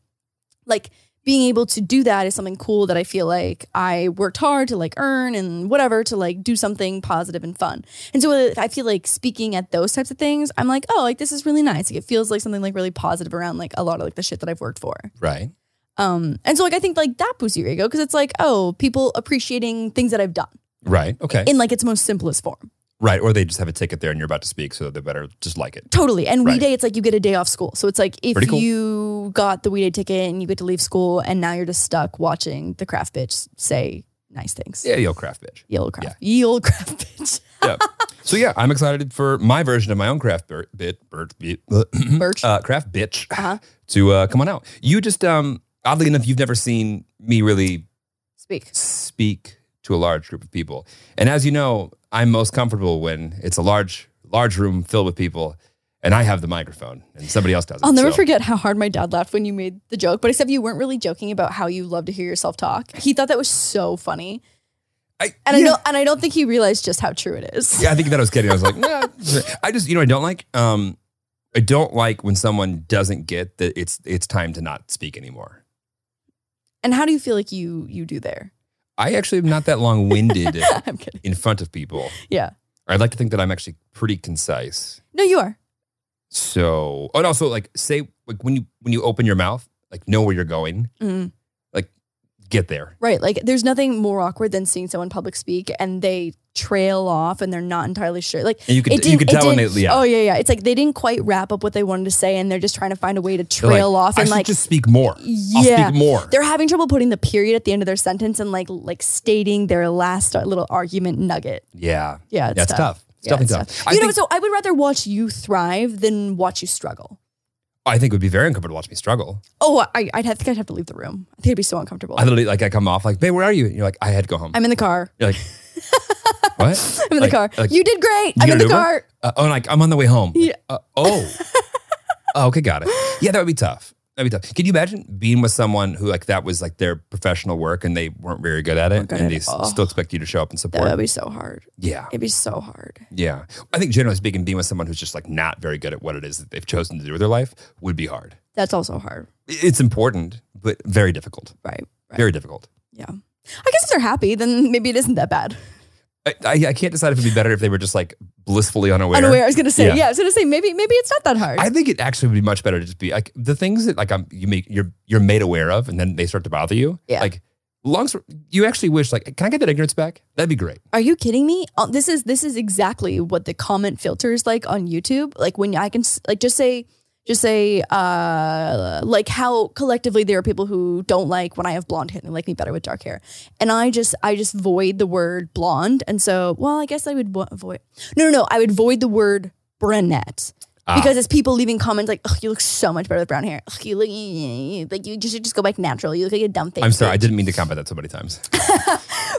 [SPEAKER 1] like being able to do that is something cool that I feel like I worked hard to like earn and whatever to like do something positive and fun. And so if I feel like speaking at those types of things, I'm like, oh, like this is really nice. Like it feels like something like really positive around like a lot of like the shit that I've worked for.
[SPEAKER 2] Right.
[SPEAKER 1] Um, and so like I think like that boosts your ego because it's like, oh, people appreciating things that I've done
[SPEAKER 2] Right. Okay.
[SPEAKER 1] in like its most simplest form.
[SPEAKER 2] right. Or they just have a ticket there and you're about to speak, so they better just like it.
[SPEAKER 1] Totally. And we
[SPEAKER 2] Right.
[SPEAKER 1] day, it's like you get a day off school. So it's like if
[SPEAKER 2] Pretty cool.
[SPEAKER 1] you got the we day ticket and you get to leave school and now you're just stuck watching the craft bitch say nice things.
[SPEAKER 2] Yeah, yo, craft bitch.
[SPEAKER 1] Ye old craft. Ye old craft *laughs* bitch.
[SPEAKER 2] Yeah. so yeah, I'm excited for my version of my own craft bir- bit, bird, *clears throat* bit,
[SPEAKER 1] Birch.
[SPEAKER 2] uh, craft bitch
[SPEAKER 1] Uh-huh.
[SPEAKER 2] to uh, come on out. You just um, oddly enough, you've never seen me really
[SPEAKER 1] Speak.
[SPEAKER 2] speak to a large group of people. And as you know, I'm most comfortable when it's a large, large room filled with people, and I have the microphone, and somebody else does it.
[SPEAKER 1] I'll never
[SPEAKER 2] So-
[SPEAKER 1] forget how hard my dad laughed when you made the joke, but except you weren't really joking about how you love to hear yourself talk. He thought that was so funny.
[SPEAKER 2] I,
[SPEAKER 1] And I
[SPEAKER 2] yeah.
[SPEAKER 1] don't and I don't think he realized just how true it is.
[SPEAKER 2] Yeah, I think that I was kidding. I was like, *laughs* nah. I just, you know, I don't like, um, I don't like when someone doesn't get that it's it's time to not speak anymore.
[SPEAKER 1] And how do you feel like you you do there? *laughs*
[SPEAKER 2] I actually am not that long winded
[SPEAKER 1] I'm kidding.
[SPEAKER 2] in front of people.
[SPEAKER 1] Yeah.
[SPEAKER 2] I'd like to think that I'm actually pretty concise.
[SPEAKER 1] No, you are.
[SPEAKER 2] So, and also like say like when you when you open your mouth, like know where you're going,
[SPEAKER 1] Mm.
[SPEAKER 2] get there.
[SPEAKER 1] Right. Like there's nothing more awkward than seeing someone public speak and they trail off and they're not entirely sure. Like
[SPEAKER 2] And you could
[SPEAKER 1] it didn't,
[SPEAKER 2] you could
[SPEAKER 1] it
[SPEAKER 2] tell when they
[SPEAKER 1] didn't-
[SPEAKER 2] yeah.
[SPEAKER 1] Oh yeah, yeah. It's like they didn't quite wrap up what they wanted to say and they're just trying to find a way to
[SPEAKER 2] They're like,
[SPEAKER 1] trail off
[SPEAKER 2] I
[SPEAKER 1] and
[SPEAKER 2] should
[SPEAKER 1] like
[SPEAKER 2] just speak more.
[SPEAKER 1] yeah.
[SPEAKER 2] I'll speak more.
[SPEAKER 1] They're having trouble putting the period at the end of their sentence and like like stating their last uh, little argument nugget.
[SPEAKER 2] yeah.
[SPEAKER 1] Yeah, it's
[SPEAKER 2] That's
[SPEAKER 1] tough.
[SPEAKER 2] tough. It's
[SPEAKER 1] Yeah,
[SPEAKER 2] tough and
[SPEAKER 1] it's
[SPEAKER 2] tough.
[SPEAKER 1] tough.
[SPEAKER 2] I,
[SPEAKER 1] you
[SPEAKER 2] think,
[SPEAKER 1] know, so I would rather watch you thrive than watch you struggle.
[SPEAKER 2] I think it would be very uncomfortable to watch me struggle.
[SPEAKER 1] Oh, I, I'd have, think I'd have to leave the room. I think it'd be so uncomfortable.
[SPEAKER 2] I literally like I come off like, babe, where are you? And you're like, I had to go home.
[SPEAKER 1] I'm in the car.
[SPEAKER 2] you're like,
[SPEAKER 1] *laughs*
[SPEAKER 2] what?
[SPEAKER 1] I'm in
[SPEAKER 2] Like-
[SPEAKER 1] the car.
[SPEAKER 2] like,
[SPEAKER 1] you did great.
[SPEAKER 2] You
[SPEAKER 1] I'm in
[SPEAKER 2] get an
[SPEAKER 1] the
[SPEAKER 2] Uber?
[SPEAKER 1] car.
[SPEAKER 2] Uh, oh, and like I'm on the way home. Like,
[SPEAKER 1] Yeah.
[SPEAKER 2] uh,
[SPEAKER 1] *laughs*
[SPEAKER 2] oh. oh. Okay, got it. Yeah, that would be tough. That'd be tough. Can you imagine being with someone who like that was like their professional work and they weren't very good at it,
[SPEAKER 1] good
[SPEAKER 2] and
[SPEAKER 1] at
[SPEAKER 2] they
[SPEAKER 1] it.
[SPEAKER 2] s-
[SPEAKER 1] Oh.
[SPEAKER 2] still expect you to show up and
[SPEAKER 1] That
[SPEAKER 2] support?
[SPEAKER 1] would be so hard.
[SPEAKER 2] yeah,
[SPEAKER 1] It'd be so hard.
[SPEAKER 2] yeah. I think generally speaking, being with someone who's just like not very good at what it is that they've chosen to do with their life would be hard.
[SPEAKER 1] That's also hard.
[SPEAKER 2] I- It's important, but very difficult.
[SPEAKER 1] Right. Right.
[SPEAKER 2] Very difficult.
[SPEAKER 1] yeah. I guess if they're happy, then maybe it isn't that bad.
[SPEAKER 2] I, I, I can't decide if it'd be better if they were just like blissfully unaware.
[SPEAKER 1] Unaware. I was gonna say.
[SPEAKER 2] Yeah.
[SPEAKER 1] Yeah. I was gonna say maybe maybe it's not that hard.
[SPEAKER 2] I think it actually would be much better to just be like the things that like I'm you make you're you're made aware of and then they start to bother you.
[SPEAKER 1] Yeah.
[SPEAKER 2] Like long story, you actually wish like can I get that ignorance back? That'd be great.
[SPEAKER 1] Are you kidding me? Uh, This is this is exactly what the comment filter is like on YouTube. Like when I can s- like just say just say uh like how collectively there are people who don't like when I have blonde hair and they like me better with dark hair. And I just I just void the word blonde and so well I guess I would vo- avoid No no no, I would void the word brunette.
[SPEAKER 2] Ah.
[SPEAKER 1] Because it's people leaving comments like, "Ugh, you look so much better with brown hair. Ugh, you look like you just just go back natural. You look like a dumb thing."
[SPEAKER 2] I'm sorry, I didn't mean to combat that so many times.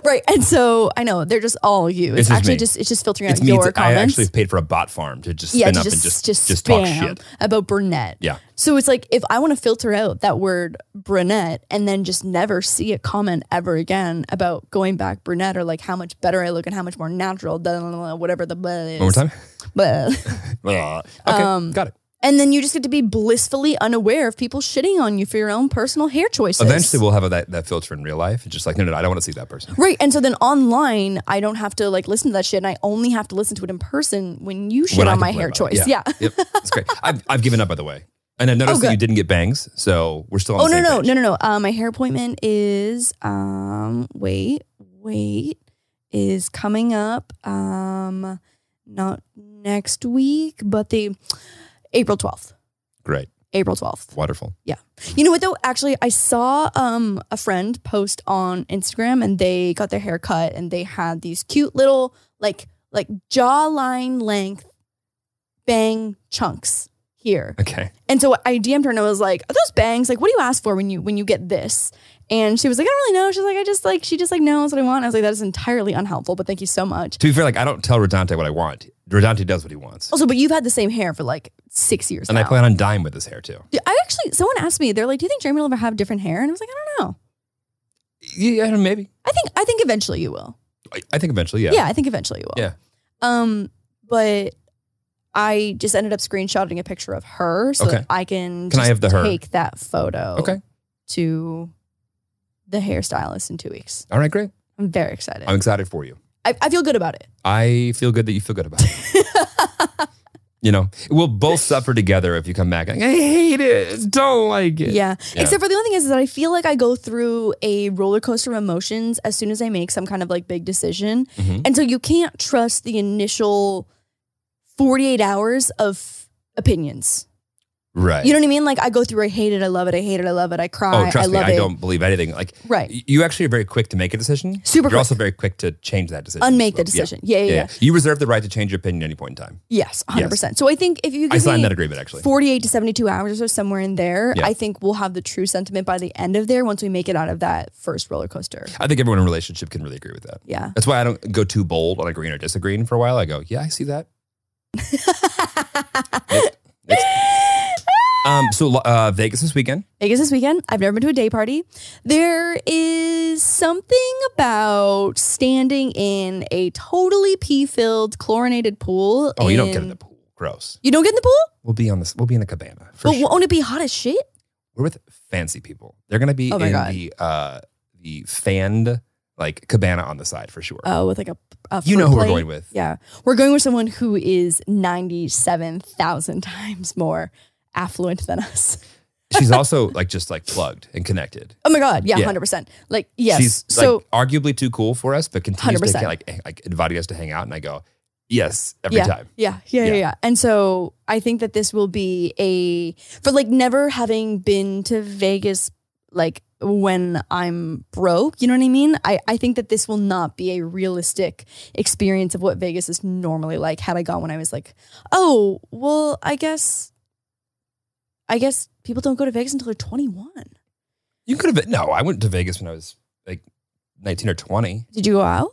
[SPEAKER 1] Right. And so I know they're just all you. It's,
[SPEAKER 2] It's just
[SPEAKER 1] actually
[SPEAKER 2] me.
[SPEAKER 1] just it's just filtering
[SPEAKER 2] It's
[SPEAKER 1] out
[SPEAKER 2] me.
[SPEAKER 1] your
[SPEAKER 2] It's, I
[SPEAKER 1] comments.
[SPEAKER 2] actually paid for a bot farm to just spin
[SPEAKER 1] yeah,
[SPEAKER 2] up
[SPEAKER 1] to
[SPEAKER 2] and
[SPEAKER 1] just
[SPEAKER 2] just
[SPEAKER 1] just,
[SPEAKER 2] just talk
[SPEAKER 1] spam
[SPEAKER 2] shit.
[SPEAKER 1] about brunette.
[SPEAKER 2] Yeah.
[SPEAKER 1] So it's like if I want to filter out that word brunette and then just never see a comment ever again about going back brunette or like how much better I look and how much more natural, da- da- da- da- whatever the blah is. Um,
[SPEAKER 2] One more time. *laughs*
[SPEAKER 1] Blah.
[SPEAKER 2] okay, got it.
[SPEAKER 1] And then you just get to be blissfully unaware of people shitting on you for your own personal hair choices.
[SPEAKER 2] Eventually, we'll have a, that that filter in real life. It's just like no, no, no I don't want to see that
[SPEAKER 1] *laughs*
[SPEAKER 2] person.
[SPEAKER 1] Right. And so then online, I don't have to like listen to that shit. And I only have to listen to it in person when you shit
[SPEAKER 2] When I
[SPEAKER 1] on my
[SPEAKER 2] complain
[SPEAKER 1] hair
[SPEAKER 2] about it.
[SPEAKER 1] choice. Yeah.
[SPEAKER 2] yep, that's great. I've I've given up by the way. And I've noticed
[SPEAKER 1] Oh,
[SPEAKER 2] that you
[SPEAKER 1] good.
[SPEAKER 2] didn't get bangs, so we're still on
[SPEAKER 1] Oh no
[SPEAKER 2] the same
[SPEAKER 1] no
[SPEAKER 2] page.
[SPEAKER 1] no no no. Uh, my hair appointment is um wait wait is coming up um not next week but the April twelfth.
[SPEAKER 2] Great.
[SPEAKER 1] April twelfth.
[SPEAKER 2] Wonderful.
[SPEAKER 1] You know what though? Actually, I saw um a friend post on Instagram and they got their hair cut and they had these cute little like like jawline length bang chunks here.
[SPEAKER 2] Okay.
[SPEAKER 1] And so I DM'd her and I was like, "Are those bangs? Like, what do you ask for when you when you get this?" And she was like, "I don't really know." She's like, "I just like she just like knows what I want." I was like, "That is entirely unhelpful, but thank you so much."
[SPEAKER 2] To be fair, like I don't tell Rodante what I want. Rodante does what he wants,
[SPEAKER 1] Also, but you've had the same hair for like six years
[SPEAKER 2] and I
[SPEAKER 1] now.
[SPEAKER 2] plan on dying with his hair too.
[SPEAKER 1] Yeah, I actually, someone asked me, they're like, "Do you think Jeremy will ever have different hair?" And I was like, "I don't know.
[SPEAKER 2] Yeah, maybe.
[SPEAKER 1] I think I think eventually you will.
[SPEAKER 2] I, I think eventually, yeah.
[SPEAKER 1] Yeah, I think eventually you will.
[SPEAKER 2] Yeah.
[SPEAKER 1] Um, but I just ended up screenshotting a picture of her so
[SPEAKER 2] Okay.
[SPEAKER 1] that I can
[SPEAKER 2] Can I
[SPEAKER 1] just
[SPEAKER 2] have the her?
[SPEAKER 1] take that photo
[SPEAKER 2] Okay.
[SPEAKER 1] to the hairstylist in two weeks.
[SPEAKER 2] All right, great.
[SPEAKER 1] I'm very excited.
[SPEAKER 2] I'm
[SPEAKER 1] i
[SPEAKER 2] excited for you.
[SPEAKER 1] I, feel good about it. *laughs*
[SPEAKER 2] I feel good that you feel good about it. *laughs* You know,
[SPEAKER 1] *laughs*
[SPEAKER 2] we'll both suffer together if you come back. Like, I hate it. Don't like
[SPEAKER 1] yeah.
[SPEAKER 2] it.
[SPEAKER 1] Except for the only thing is, is that I feel like I go through a roller coaster of emotions as soon as I make some kind of like big decision.
[SPEAKER 2] Mhm.
[SPEAKER 1] And so you can't trust the initial 48 hours of opinions.
[SPEAKER 2] Right.
[SPEAKER 1] You know what I mean? Like I go through, I hate it, I love it, I hate it, I love it, I cry,
[SPEAKER 2] oh, trust
[SPEAKER 1] I
[SPEAKER 2] me.
[SPEAKER 1] love
[SPEAKER 2] I
[SPEAKER 1] it.
[SPEAKER 2] don't believe anything. Like,
[SPEAKER 1] Right.
[SPEAKER 2] y- you actually are very quick to make a decision.
[SPEAKER 1] Super
[SPEAKER 2] You're
[SPEAKER 1] quick.
[SPEAKER 2] also very quick to change that decision.
[SPEAKER 1] Unmake the
[SPEAKER 2] as well. Yeah.
[SPEAKER 1] decision. Yeah, yeah, yeah.
[SPEAKER 2] You reserve the right to change your opinion at any point in time.
[SPEAKER 1] Yes, 100%. So I think if you
[SPEAKER 2] I
[SPEAKER 1] give
[SPEAKER 2] signed
[SPEAKER 1] me
[SPEAKER 2] that agreement actually.
[SPEAKER 1] 48 to 72 hours or somewhere in there,
[SPEAKER 2] Yeah.
[SPEAKER 1] I think we'll have the true sentiment by the end of there once we make it out of that first roller coaster.
[SPEAKER 2] I think everyone in a relationship can really agree with that. *laughs*
[SPEAKER 1] Yeah.
[SPEAKER 2] That's why I don't go too bold on agreeing or disagreeing for a while. I go, yeah, I see that. Next- next. Um, so uh, Vegas this weekend.
[SPEAKER 1] Vegas this weekend. I've never been to a day party. There is something about standing in a totally pee-filled chlorinated pool.
[SPEAKER 2] Oh, you don't get in the
[SPEAKER 1] pool.
[SPEAKER 2] pool. Gross.
[SPEAKER 1] You don't get in the pool?
[SPEAKER 2] We'll be on this. We'll be in the cabana for
[SPEAKER 1] but
[SPEAKER 2] sure.
[SPEAKER 1] won't it be hot as shit?
[SPEAKER 2] We're with fancy people. They're gonna be
[SPEAKER 1] Oh my
[SPEAKER 2] in
[SPEAKER 1] God.
[SPEAKER 2] the uh, the fanned like cabana on the side for sure.
[SPEAKER 1] Oh, with like a, a
[SPEAKER 2] you
[SPEAKER 1] fruit
[SPEAKER 2] know who
[SPEAKER 1] plate.
[SPEAKER 2] we're
[SPEAKER 1] *laughs*
[SPEAKER 2] going with.
[SPEAKER 1] Yeah. We're going with someone who is 97,000 *laughs* times more affluent than us.
[SPEAKER 2] She's also like just like plugged and connected.
[SPEAKER 1] Oh my God. Yeah,
[SPEAKER 2] Yeah.
[SPEAKER 1] 100%. Like, yes.
[SPEAKER 2] She's
[SPEAKER 1] so,
[SPEAKER 2] like arguably too cool for us, but continues to
[SPEAKER 1] 100%.
[SPEAKER 2] like eh, like inviting us to hang out. And I go, yes, every
[SPEAKER 1] yeah,
[SPEAKER 2] time.
[SPEAKER 1] Yeah, yeah, yeah,
[SPEAKER 2] Yeah.
[SPEAKER 1] yeah. And so I think that this will be a for like never having been to Vegas like when I'm broke, you know what I mean? I, I think that this will not be a realistic experience of what Vegas is normally like had I gone when I was like, oh, well, I guess I guess people don't go to Vegas until they're twenty one.
[SPEAKER 2] You could have been. No, I went to Vegas when I was like 19 or 20.
[SPEAKER 1] Did you go out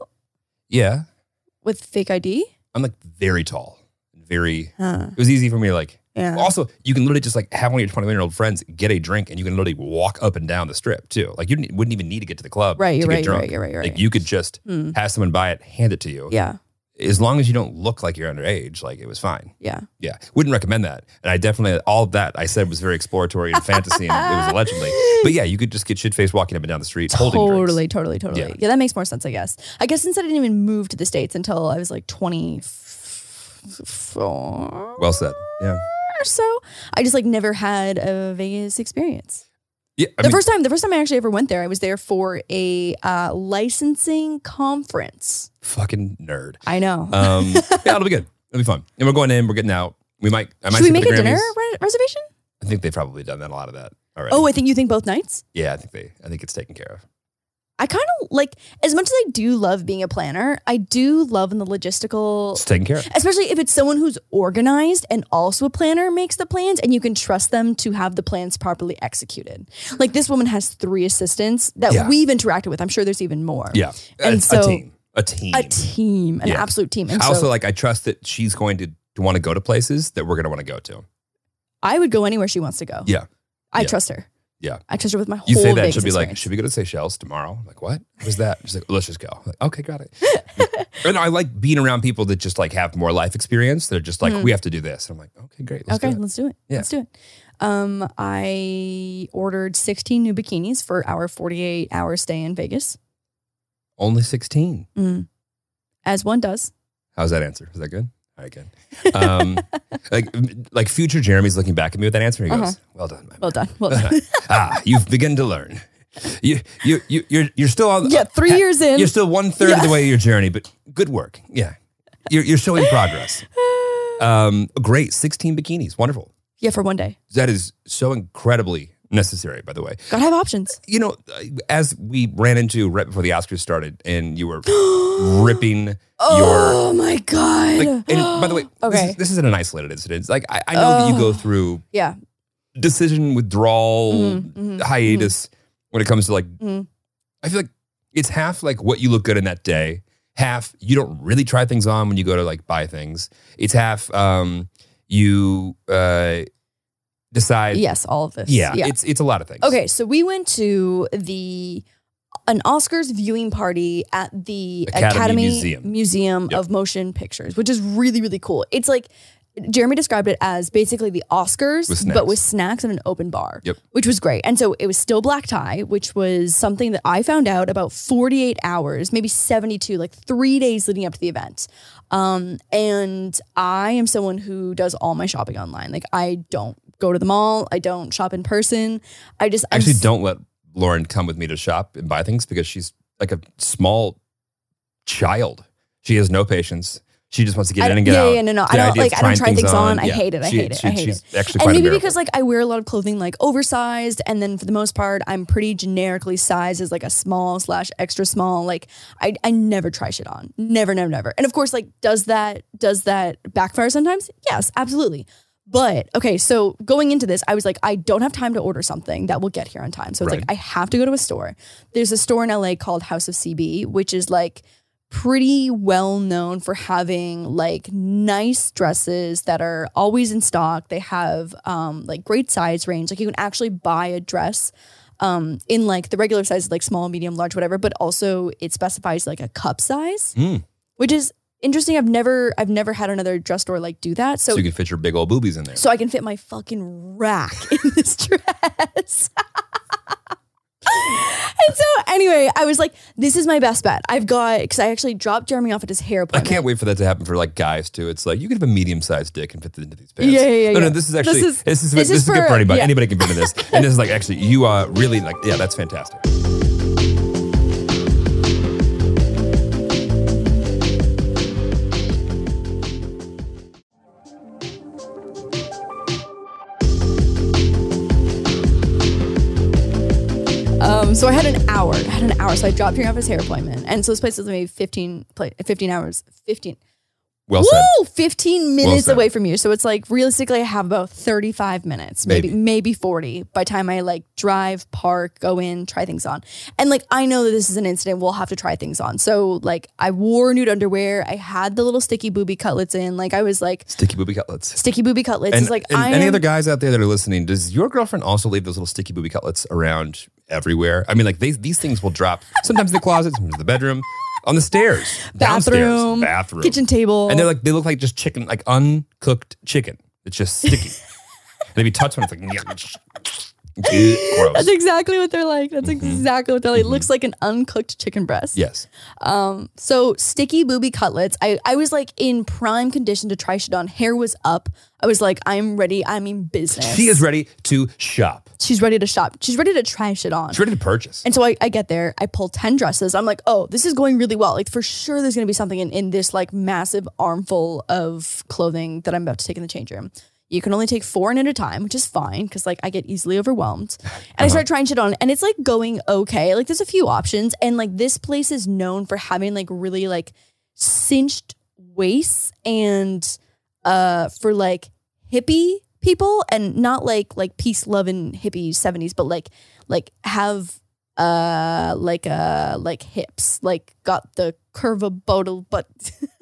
[SPEAKER 2] Yeah.
[SPEAKER 1] with fake ID?
[SPEAKER 2] I'm like very tall. Very,
[SPEAKER 1] Huh.
[SPEAKER 2] it was easy for me to like,
[SPEAKER 1] Yeah.
[SPEAKER 2] also, you can literally just like have one of your 21 year old friends get a drink and you can literally walk up and down the strip too. Like you didn't- wouldn't even need to get to the club.
[SPEAKER 1] Right,
[SPEAKER 2] to
[SPEAKER 1] you're
[SPEAKER 2] get
[SPEAKER 1] right, you're
[SPEAKER 2] drunk.
[SPEAKER 1] right, you're right, you're
[SPEAKER 2] Like
[SPEAKER 1] right.
[SPEAKER 2] you could just
[SPEAKER 1] Hmm.
[SPEAKER 2] have someone buy it, hand it to you.
[SPEAKER 1] Yeah.
[SPEAKER 2] As long as you don't look like you're underage, like it was fine.
[SPEAKER 1] Yeah.
[SPEAKER 2] Yeah. Wouldn't recommend that. And I definitely, all that I said was very exploratory and fantasy and it was allegedly.
[SPEAKER 1] *laughs*
[SPEAKER 2] But yeah, you could just get shit faced walking up and down the street holding drinks.
[SPEAKER 1] totally, totally, totally. Yeah.
[SPEAKER 2] Yeah.
[SPEAKER 1] that makes more sense, I guess. I guess since I didn't even move to the states until I was like twenty four
[SPEAKER 2] Well said. Yeah.
[SPEAKER 1] or so, I just like never had a Vegas experience.
[SPEAKER 2] Yeah. I
[SPEAKER 1] the
[SPEAKER 2] mean-
[SPEAKER 1] first time, the first time I actually ever went there, I was there for a uh, licensing conference.
[SPEAKER 2] fucking nerd.
[SPEAKER 1] I know.
[SPEAKER 2] Um, *laughs* yeah, it'll be good. It'll be fun. And we're going in. We're getting out. We might. I might
[SPEAKER 1] Should we
[SPEAKER 2] see for
[SPEAKER 1] make a
[SPEAKER 2] the
[SPEAKER 1] dinner
[SPEAKER 2] Grammys.
[SPEAKER 1] re- reservation?
[SPEAKER 2] I think they've probably done that a lot of that already.
[SPEAKER 1] Oh, I think you think both nights.
[SPEAKER 2] yeah. I think they. I think it's taken care of.
[SPEAKER 1] I kind of like as much as I do love being a planner. I do love in the logistical
[SPEAKER 2] It's taken care of.
[SPEAKER 1] especially if it's someone who's organized and also a planner makes the plans and you can trust them to have the plans properly executed like this woman has three assistants that
[SPEAKER 2] Yeah.
[SPEAKER 1] we've interacted with i'm sure there's even more
[SPEAKER 2] Yeah.
[SPEAKER 1] And
[SPEAKER 2] a,
[SPEAKER 1] so-
[SPEAKER 2] a team. A team.
[SPEAKER 1] a team an
[SPEAKER 2] Yeah.
[SPEAKER 1] absolute team and
[SPEAKER 2] I
[SPEAKER 1] so
[SPEAKER 2] also like. I trust that she's going to, to want to go to places that we're going to want to go to.
[SPEAKER 1] i would go anywhere she wants to go
[SPEAKER 2] Yeah.
[SPEAKER 1] i
[SPEAKER 2] yeah.
[SPEAKER 1] trust her
[SPEAKER 2] Yeah.
[SPEAKER 1] i trust her with my whole
[SPEAKER 2] You say that
[SPEAKER 1] Vegas
[SPEAKER 2] she'll be like,
[SPEAKER 1] experience.
[SPEAKER 2] should we go to Seychelles tomorrow? I'm like, what? What is that? She's like, let's just go. I'm like, okay, got it.
[SPEAKER 1] *laughs*
[SPEAKER 2] and I like being around people that just like have more life experience. They're just like, we have to do this. And I'm like, okay, great. Let's
[SPEAKER 1] Mm-hmm. okay
[SPEAKER 2] do it.
[SPEAKER 1] let's do it
[SPEAKER 2] Yeah.
[SPEAKER 1] let's do it um i ordered 16 new bikinis for our 48 hour stay in vegas Mm.
[SPEAKER 2] Only 16.
[SPEAKER 1] as one does
[SPEAKER 2] How's that answer? Is that good? All right, good. Um, *laughs* like, like future Jeremy's looking back at me with that answer. And he goes, "Well done, my
[SPEAKER 1] Uh-huh. Well
[SPEAKER 2] man.
[SPEAKER 1] done. Well
[SPEAKER 2] *laughs*
[SPEAKER 1] done. *laughs*
[SPEAKER 2] ah, you've begun to learn. You, you, you, you're, you're still on.
[SPEAKER 1] Yeah, three years in.
[SPEAKER 2] You're still one third of
[SPEAKER 1] Yeah.
[SPEAKER 2] the way of your journey, but good work. Yeah, you're, you're showing progress.
[SPEAKER 1] *laughs*
[SPEAKER 2] Um, great, sixteen bikinis, wonderful.
[SPEAKER 1] yeah, for one day.
[SPEAKER 2] That is so incredibly necessary. By the way,
[SPEAKER 1] Gotta have options. *gasps*
[SPEAKER 2] you know, uh, as we ran into right before the Oscars started, and you were ripping your
[SPEAKER 1] Oh my god. *gasps*
[SPEAKER 2] like, and by the way, this,
[SPEAKER 1] Okay.
[SPEAKER 2] is, this isn't an isolated incident. It's Like I, I know that you go through
[SPEAKER 1] yeah.
[SPEAKER 2] decision withdrawal
[SPEAKER 1] Mhm, mhm,
[SPEAKER 2] hiatus when it comes to like.
[SPEAKER 1] Mhm.
[SPEAKER 2] I feel like it's half like what you look good in that day, half you don't really try things on when you go to like buy things. It's half um, you uh, decide.
[SPEAKER 1] Yes, all of this.
[SPEAKER 2] yeah, It's it's a lot of things.
[SPEAKER 1] Okay, so we went to the an Oscars viewing party at the
[SPEAKER 2] Academy
[SPEAKER 1] Academy,
[SPEAKER 2] Museum.
[SPEAKER 1] Museum,
[SPEAKER 2] Yep.
[SPEAKER 1] of Motion Pictures, which is really really cool. It's like Jeremy described it as basically the Oscars,
[SPEAKER 2] With snacks.
[SPEAKER 1] but with snacks and an open bar,
[SPEAKER 2] Yep.
[SPEAKER 1] which was great. And so it was still black tie, which was something that I found out about 48 hours, maybe 72, like three days leading up to the event. Um, and I am someone who does all my shopping online. Like I don't go to the mall, I don't shop in person. I just
[SPEAKER 2] I
[SPEAKER 1] I'm
[SPEAKER 2] actually
[SPEAKER 1] s-
[SPEAKER 2] don't let Lauren come with me to shop and buy things because she's like a small child. She has no patience. She just wants to get
[SPEAKER 1] I-
[SPEAKER 2] in and get
[SPEAKER 1] yeah,
[SPEAKER 2] out.
[SPEAKER 1] yeah, no, no.
[SPEAKER 2] The
[SPEAKER 1] I don't
[SPEAKER 2] idea of
[SPEAKER 1] like. I don't try
[SPEAKER 2] trying
[SPEAKER 1] things, on. I hate it. I
[SPEAKER 2] She-
[SPEAKER 1] hate it.
[SPEAKER 2] she-
[SPEAKER 1] I hate
[SPEAKER 2] she's
[SPEAKER 1] it.
[SPEAKER 2] actually
[SPEAKER 1] And
[SPEAKER 2] quite
[SPEAKER 1] maybe
[SPEAKER 2] unbearable.
[SPEAKER 1] because like I wear a lot of clothing like oversized, and then for the most part, I'm pretty generically sized as like a small slash extra small. Like I, I never try shit on. Never, never, never. And of course, like does that does that backfire sometimes? Yes, absolutely. But okay, so going into this, I was like, I don't have time to order something that will get here on time. So it's
[SPEAKER 2] Right.
[SPEAKER 1] like I have to go to a store. There's a store in LA called House of CB, which is like pretty well known for having like nice dresses that are always in stock. They have um, like great size range. Like you can actually buy a dress um, in like the regular size, like small, medium, large, whatever. But also it specifies like a cup size,
[SPEAKER 2] Mm.
[SPEAKER 1] which is interesting. I've never I've never had another dress store like do that.
[SPEAKER 2] so
[SPEAKER 1] So.
[SPEAKER 2] you can fit your big old boobies in there.
[SPEAKER 1] so I can fit my fucking rack in *laughs* this dress. and so anyway, I was like, this is my best bet. I've got because I actually dropped Jeremy off at his hair
[SPEAKER 2] I
[SPEAKER 1] appointment.
[SPEAKER 2] can't wait for that to happen for like guys too. It's like you could have a medium sized dick and fit it into these pants.
[SPEAKER 1] Yeah, yeah, yeah,
[SPEAKER 2] No, no,
[SPEAKER 1] yeah.
[SPEAKER 2] this is actually this
[SPEAKER 1] This
[SPEAKER 2] is
[SPEAKER 1] is-
[SPEAKER 2] this
[SPEAKER 1] this
[SPEAKER 2] is,
[SPEAKER 1] is
[SPEAKER 2] good for
[SPEAKER 1] for-
[SPEAKER 2] anybody.
[SPEAKER 1] yeah.
[SPEAKER 2] Anybody can fit into this. And this is like actually you are really like yeah, that's fantastic.
[SPEAKER 1] Um, so I had an hour. I had an hour. So I dropped Jeremy off at his hair appointment. And so this place is maybe 15, pla- 15 hours, 15.
[SPEAKER 2] Well said.
[SPEAKER 1] Woo! 15 minutes
[SPEAKER 2] said.
[SPEAKER 1] away from you. So it's like realistically, I have about 35 minutes, maybe,
[SPEAKER 2] Maybe.
[SPEAKER 1] maybe 40 by time I like drive, park, go in, try things on. And like, I know that this is an incident. We'll have to try things on. So like I wore nude underwear. I had the little sticky booby cutlets in. Like I was like
[SPEAKER 2] Sticky booby cutlets.
[SPEAKER 1] sticky booby cutlets.
[SPEAKER 2] And,
[SPEAKER 1] is like,
[SPEAKER 2] and
[SPEAKER 1] I
[SPEAKER 2] any
[SPEAKER 1] am-
[SPEAKER 2] other guys out there that are listening, does your girlfriend also leave those little sticky booby cutlets around everywhere? I mean, like these these things will drop sometimes in the closet, sometimes in the bedroom, on the stairs, downstairs,
[SPEAKER 1] bathroom,
[SPEAKER 2] bathroom,
[SPEAKER 1] kitchen table.
[SPEAKER 2] and they're like they look like just chicken, like uncooked chicken. It's
[SPEAKER 1] *laughs*
[SPEAKER 2] just sticky. and if you touch one, it's like yuck. gross.
[SPEAKER 1] that's exactly what they're like. That's
[SPEAKER 2] Mm-hmm.
[SPEAKER 1] exactly what they're like. It looks like an uncooked chicken breast.
[SPEAKER 2] yes,
[SPEAKER 1] Um, so sticky booby cutlets. I, I was like in prime condition to try shit on. Hair was up. I was like, I'm ready. I'm in business.
[SPEAKER 2] she is ready to shop.
[SPEAKER 1] She's ready to shop. She's ready to try shit on.
[SPEAKER 2] She's ready to purchase.
[SPEAKER 1] And so I, I get there, I pull 10 dresses. I'm like, oh, this is going really well. Like, for sure, there's going to be something in, in this like massive armful of clothing that I'm about to take in the change room. You can only take four in at a time, which is fine because like I get easily overwhelmed. And I start trying shit on, and it's like going okay. Like, there's a few options. And like, this place is known for having like really like cinched waists and uh for like hippie people and not like like peace loving hippie 70s but like like have uh like uh like hips like got the curve of bodle but *laughs*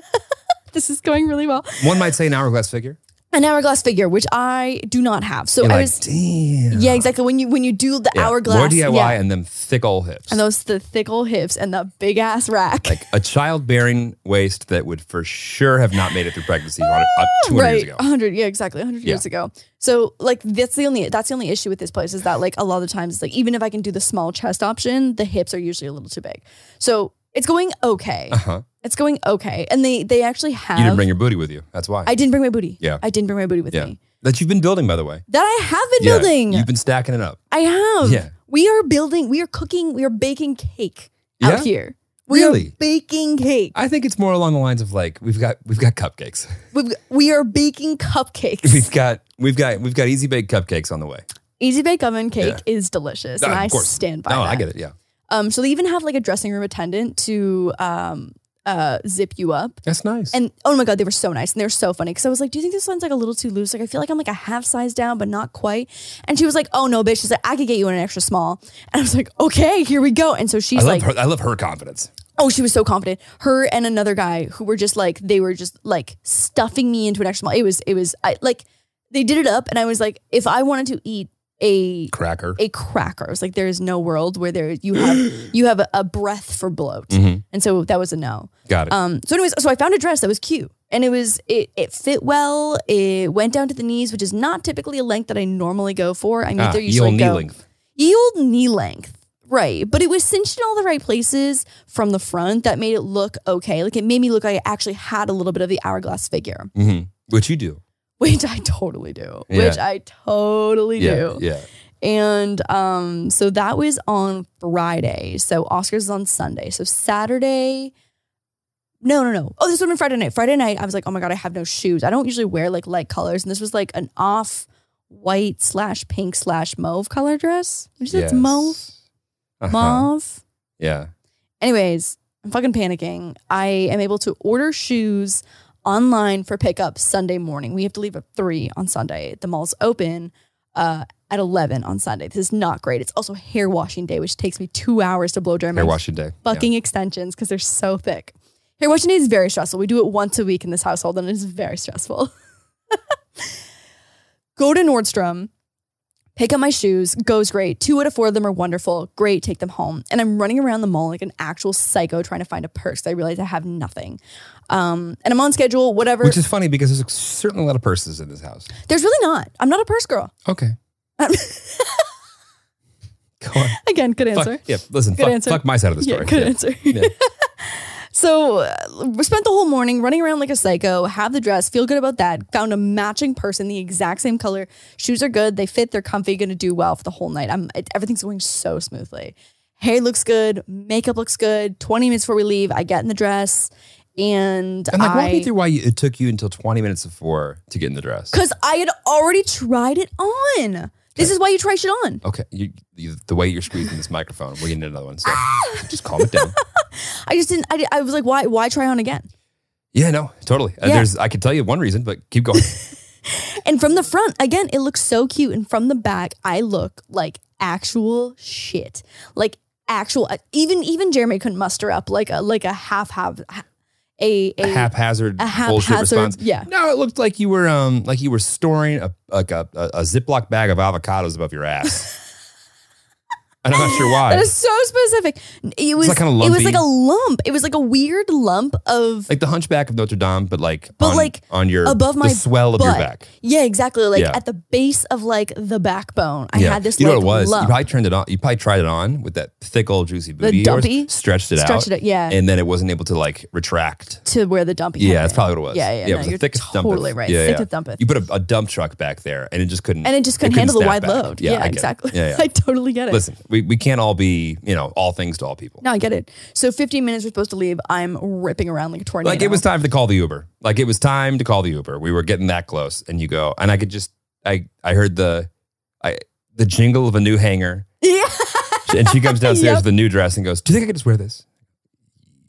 [SPEAKER 1] this is going really well
[SPEAKER 2] One might say an hourglass figure.
[SPEAKER 1] an hourglass figure which i do not have so
[SPEAKER 2] You're
[SPEAKER 1] i
[SPEAKER 2] like,
[SPEAKER 1] was
[SPEAKER 2] damn.
[SPEAKER 1] yeah exactly when you when you do the
[SPEAKER 2] Yeah. More
[SPEAKER 1] hourglass
[SPEAKER 2] DIY
[SPEAKER 1] yeah,
[SPEAKER 2] and them thick old hips.
[SPEAKER 1] and those the thick old hips and the big ass rack
[SPEAKER 2] like a childbearing waist that would for sure have not made it through pregnancy on- uh, 200
[SPEAKER 1] *laughs* right,
[SPEAKER 2] years ago.
[SPEAKER 1] 100, yeah, exactly. 100 years
[SPEAKER 2] Yeah.
[SPEAKER 1] ago. So, like, that's the only that's the only issue with this place is that like a lot of times, it's like even
[SPEAKER 2] *laughs*
[SPEAKER 1] if I can do the small chest option, the hips are usually a little too big. So it's going okay.
[SPEAKER 2] Uh huh.
[SPEAKER 1] It's going okay. And they they actually have.
[SPEAKER 2] You didn't bring your booty with you. That's why.
[SPEAKER 1] I didn't bring my booty.
[SPEAKER 2] Yeah.
[SPEAKER 1] I didn't bring my booty with
[SPEAKER 2] yeah.
[SPEAKER 1] me.
[SPEAKER 2] That you've been building, by the way.
[SPEAKER 1] That I have been
[SPEAKER 2] Yeah.
[SPEAKER 1] building.
[SPEAKER 2] You've been stacking it up.
[SPEAKER 1] I have.
[SPEAKER 2] Yeah.
[SPEAKER 1] We are building. We are cooking. We are baking cake
[SPEAKER 2] Yeah?
[SPEAKER 1] out here. We
[SPEAKER 2] Really?
[SPEAKER 1] are baking cake.
[SPEAKER 2] I think it's more along the lines of like we've got we've got cupcakes. *laughs*
[SPEAKER 1] We've, we are baking cupcakes.
[SPEAKER 2] we've got we've got we've got easy baked cupcakes on the way.
[SPEAKER 1] Easy bake oven cake
[SPEAKER 2] Yeah.
[SPEAKER 1] is delicious, and
[SPEAKER 2] Ah,
[SPEAKER 1] I
[SPEAKER 2] of course.
[SPEAKER 1] stand by.
[SPEAKER 2] No,
[SPEAKER 1] that.
[SPEAKER 2] I get it. Yeah,
[SPEAKER 1] Um, so they even have like a dressing room attendant to um uh zip you up.
[SPEAKER 2] that's nice.
[SPEAKER 1] And oh my god, they were so nice and they're so funny. Because I was like, do you think this one's like a little too loose? Like I feel like I'm like a half size down, but not quite. And she was like, oh no, bitch. She's like, I could get you an extra small. And I was like, okay, here we go. And so she's
[SPEAKER 2] I love
[SPEAKER 1] like,
[SPEAKER 2] her. I love her confidence.
[SPEAKER 1] oh, she was so confident. Her and another guy who were just like they were just like stuffing me into an extra small. It was it was I, like they did it up, and I was like, if I wanted to eat a
[SPEAKER 2] Cracker.
[SPEAKER 1] a cracker. I was like, there is no world where there you
[SPEAKER 2] *gasps*
[SPEAKER 1] have you have a, a breath for bloat,
[SPEAKER 2] Mhm.
[SPEAKER 1] and so that was a no.
[SPEAKER 2] Got it.
[SPEAKER 1] Um, so anyways, so I found a dress that was cute, and it was it it fit well. It went down to the knees, which is not typically a length that I normally go for. I mean,
[SPEAKER 2] Ah,
[SPEAKER 1] they're
[SPEAKER 2] eel
[SPEAKER 1] usually
[SPEAKER 2] knee
[SPEAKER 1] go,
[SPEAKER 2] length.
[SPEAKER 1] Ye old knee length. Right. But it was cinched in all the right places from the front that made it look okay. Like it made me look like I actually had a little bit of the hourglass figure, *laughs*
[SPEAKER 2] Mhm. Which you do.
[SPEAKER 1] which I totally do.
[SPEAKER 2] Yeah.
[SPEAKER 1] Which I totally
[SPEAKER 2] Yeah.
[SPEAKER 1] do.
[SPEAKER 2] Yeah.
[SPEAKER 1] And um, so that was on Friday. So Oscars is on Sunday. So Saturday. No, no, no. Oh, this would have been Friday night. Friday night, I was like, oh my God, I have no shoes. I don't usually wear like light colors. And this was like an off white slash pink slash mauve color dress. Which is
[SPEAKER 2] Yes.
[SPEAKER 1] mauve.
[SPEAKER 2] Uh-huh.
[SPEAKER 1] Mauve.
[SPEAKER 2] Yeah.
[SPEAKER 1] Anyways, I'm fucking panicking. I am able to order shoes online for pickup Sunday morning. We have to leave at three on Sunday. The mall's open uh, at eleven on Sunday. This is not great. It's also hair washing day, which takes me two hours to blow dry my
[SPEAKER 2] Hair washing day.
[SPEAKER 1] fucking extensions because they're so thick. Hair washing day is very stressful. We do it once a week in this household, and it is very stressful. *laughs* Go to Nordstrom, pick up my shoes. Goes great. Two out of four of them are wonderful. Great, take them home. And I'm running around the mall like an actual psycho trying to find a purse. I realize I have nothing, um, and I'm on schedule. Whatever.
[SPEAKER 2] Yeah. Which is funny because there's a certainly a lot of purses in this house.
[SPEAKER 1] There's really not. I'm not a purse girl.
[SPEAKER 2] Okay.
[SPEAKER 1] Um,
[SPEAKER 2] *laughs* Go on.
[SPEAKER 1] Again, good
[SPEAKER 2] Fuck-
[SPEAKER 1] answer.
[SPEAKER 2] Yeah. Listen.
[SPEAKER 1] Good
[SPEAKER 2] Fuck,
[SPEAKER 1] answer.
[SPEAKER 2] fuck my side of the story.
[SPEAKER 1] Yeah, good
[SPEAKER 2] Yeah.
[SPEAKER 1] answer. *laughs* so uh, we spent the whole morning running around like a psycho, have the dress, feel good about that, found a matching person, the exact same color. Shoes are good, they fit, they're comfy, gonna do well for the whole night. I'm it, everything's going so smoothly. Hair looks good, makeup looks good. 20 minutes before we leave, I get in the dress and
[SPEAKER 2] I'm like,
[SPEAKER 1] I
[SPEAKER 2] walk me through why you, it took you until 20 minutes before to get in the dress.
[SPEAKER 1] cuz I had already tried it on. This is why you try shit on.
[SPEAKER 2] Okay, you, you, the way you're squeezing this microphone, we're getting another one. So just calm it down. Oh.
[SPEAKER 1] I just didn't I, di- I was like why why try on again?
[SPEAKER 2] Yeah, no, totally. Uh,
[SPEAKER 1] Yeah.
[SPEAKER 2] There's, I could tell you one reason, but keep going.
[SPEAKER 1] And from the front, again, it looks so cute. And from the back, I look like actual shit. Like actual. uh, Even even Jeremy couldn't muster up like a like a half half *laughs* a
[SPEAKER 2] a
[SPEAKER 1] a
[SPEAKER 2] haphazard,
[SPEAKER 1] a
[SPEAKER 2] bullshit
[SPEAKER 1] haphazard-
[SPEAKER 2] response.
[SPEAKER 1] yeah.
[SPEAKER 2] No, it looked like you were, um, like you were storing a like a, a, a Ziploc bag of avocados above your
[SPEAKER 1] *laughs*
[SPEAKER 2] ass. and I'm not sure why.
[SPEAKER 1] That is so specific. It was
[SPEAKER 2] like, kinda
[SPEAKER 1] it was
[SPEAKER 2] lumpy.
[SPEAKER 1] like a lump. It was like a weird lump of
[SPEAKER 2] like the Hunchback of Notre Dame, but like,
[SPEAKER 1] But
[SPEAKER 2] on,
[SPEAKER 1] like,
[SPEAKER 2] on your
[SPEAKER 1] above
[SPEAKER 2] the
[SPEAKER 1] my
[SPEAKER 2] swell of
[SPEAKER 1] butt.
[SPEAKER 2] your back.
[SPEAKER 1] yeah, exactly. Like
[SPEAKER 2] Yeah.
[SPEAKER 1] at the base of like the backbone. I had this
[SPEAKER 2] You know
[SPEAKER 1] like
[SPEAKER 2] what it was? You
[SPEAKER 1] lump.
[SPEAKER 2] probably turned it on. You probably tried it on with that thick old juicy booty. of yours,
[SPEAKER 1] dumpy?
[SPEAKER 2] stretched it out.
[SPEAKER 1] Stretched it out, yeah.
[SPEAKER 2] And then it wasn't able to like retract.
[SPEAKER 1] to where the dumping.
[SPEAKER 2] Yeah,
[SPEAKER 1] had
[SPEAKER 2] that's
[SPEAKER 1] been.
[SPEAKER 2] probably what it was.
[SPEAKER 1] Yeah, yeah,
[SPEAKER 2] it
[SPEAKER 1] no,
[SPEAKER 2] was
[SPEAKER 1] you're
[SPEAKER 2] the thickest dumpeth.
[SPEAKER 1] totally right.
[SPEAKER 2] Yeah,
[SPEAKER 1] Thickest
[SPEAKER 2] yeah.
[SPEAKER 1] dumpeth.
[SPEAKER 2] You put a, a dump truck back there, and it just couldn't.
[SPEAKER 1] and it just couldn't handle the wide
[SPEAKER 2] snap back.
[SPEAKER 1] load.
[SPEAKER 2] Yeah,
[SPEAKER 1] Yeah,
[SPEAKER 2] I get it.
[SPEAKER 1] exactly.
[SPEAKER 2] Yeah, yeah.
[SPEAKER 1] *laughs* I totally get it.
[SPEAKER 2] Listen, we, we can't all be you know all things to all people.
[SPEAKER 1] No, I get it. So 15 minutes we're supposed to leave. I'm ripping around like a tornado.
[SPEAKER 2] Like it was time to call the Uber. Like it was time to call the Uber. We were getting that close, and you go, and I could just I I heard the I the jingle of a new hanger,
[SPEAKER 1] *laughs* Yeah.
[SPEAKER 2] and she
[SPEAKER 1] *laughs*
[SPEAKER 2] comes downstairs
[SPEAKER 1] Yep.
[SPEAKER 2] with a new dress and goes, "Do you think I could just wear this?"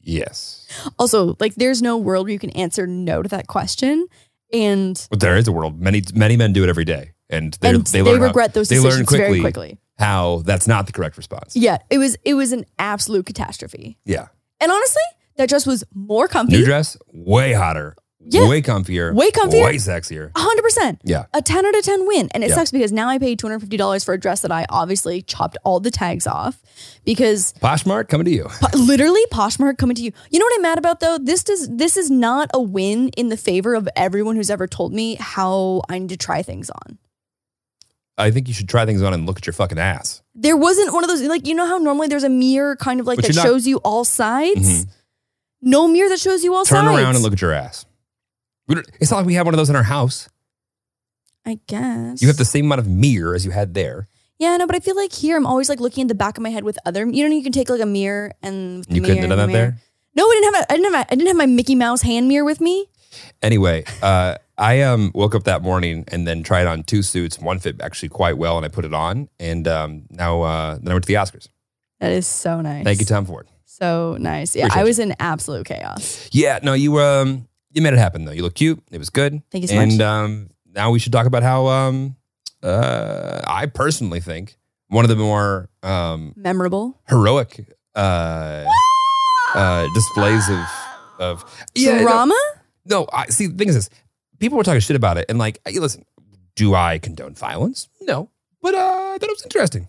[SPEAKER 2] Yes.
[SPEAKER 1] Also, like there's no world where you can answer no to that question. And
[SPEAKER 2] Well, there is a world. Many many men do it every day, and, they're-
[SPEAKER 1] and
[SPEAKER 2] they
[SPEAKER 1] they,
[SPEAKER 2] learn how-
[SPEAKER 1] regret those
[SPEAKER 2] they
[SPEAKER 1] decisions
[SPEAKER 2] learn
[SPEAKER 1] very
[SPEAKER 2] quickly,
[SPEAKER 1] quickly.
[SPEAKER 2] how that's not the correct response.
[SPEAKER 1] Yeah, it was it was an absolute catastrophe.
[SPEAKER 2] Yeah,
[SPEAKER 1] And honestly, that dress was more
[SPEAKER 2] new
[SPEAKER 1] comfy.
[SPEAKER 2] dress, way hotter,
[SPEAKER 1] Yeah.
[SPEAKER 2] way comfier,
[SPEAKER 1] Way comfier.
[SPEAKER 2] way sexier.
[SPEAKER 1] 100%.
[SPEAKER 2] Yeah,
[SPEAKER 1] A 10 out of 10 win. And it
[SPEAKER 2] Yeah.
[SPEAKER 1] sucks because now I paid $250 for a dress that I obviously chopped all the tags off because
[SPEAKER 2] Poshmark coming to you.
[SPEAKER 1] Po- literally Poshmark coming to you. You know what I'm mad about though? This does this is not a win in the favor of everyone who's ever told me how I need to try things on.
[SPEAKER 2] I think you should try things on and look at your fucking ass.
[SPEAKER 1] There wasn't one of those like you know how normally there's a mirror kind of like
[SPEAKER 2] But
[SPEAKER 1] that
[SPEAKER 2] you're not-
[SPEAKER 1] shows you all sides. No mirror that shows you all
[SPEAKER 2] Turn
[SPEAKER 1] sides.
[SPEAKER 2] around and look at your ass. We don't, it's not like we have one of those in our house.
[SPEAKER 1] I guess
[SPEAKER 2] You have the same amount of mirror as you had there.
[SPEAKER 1] Yeah, no, but I feel like here I'm always like looking in the back of my head with other. You know, you can take like a mirror and the
[SPEAKER 2] You couldn't
[SPEAKER 1] mirror
[SPEAKER 2] have
[SPEAKER 1] and
[SPEAKER 2] done that
[SPEAKER 1] the mirror.
[SPEAKER 2] there.
[SPEAKER 1] No, I didn't have. A, I didn't have. A, I didn't have my Mickey Mouse hand mirror with me.
[SPEAKER 2] Anyway, uh, I um, woke up that morning and then tried on two suits. One fit actually quite well, and I put it on. And um, now uh, then I went to the Oscars.
[SPEAKER 1] That is so nice.
[SPEAKER 2] Thank you, Tom Ford.
[SPEAKER 1] So nice. Yeah,
[SPEAKER 2] Appreciate
[SPEAKER 1] I was in absolute chaos.
[SPEAKER 2] Yeah, no, you um, you made it happen though. You look cute. It was good.
[SPEAKER 1] Thank you so
[SPEAKER 2] and,
[SPEAKER 1] much.
[SPEAKER 2] um, now we should talk about how um, uh, I personally think one of the more um,
[SPEAKER 1] Memorable.
[SPEAKER 2] heroic uh, uh, displays of of no,
[SPEAKER 1] Drama.
[SPEAKER 2] No, I see. The thing is, this people were talking shit about it, and like, hey, listen, do I condone violence? No, but uh, I thought it was interesting.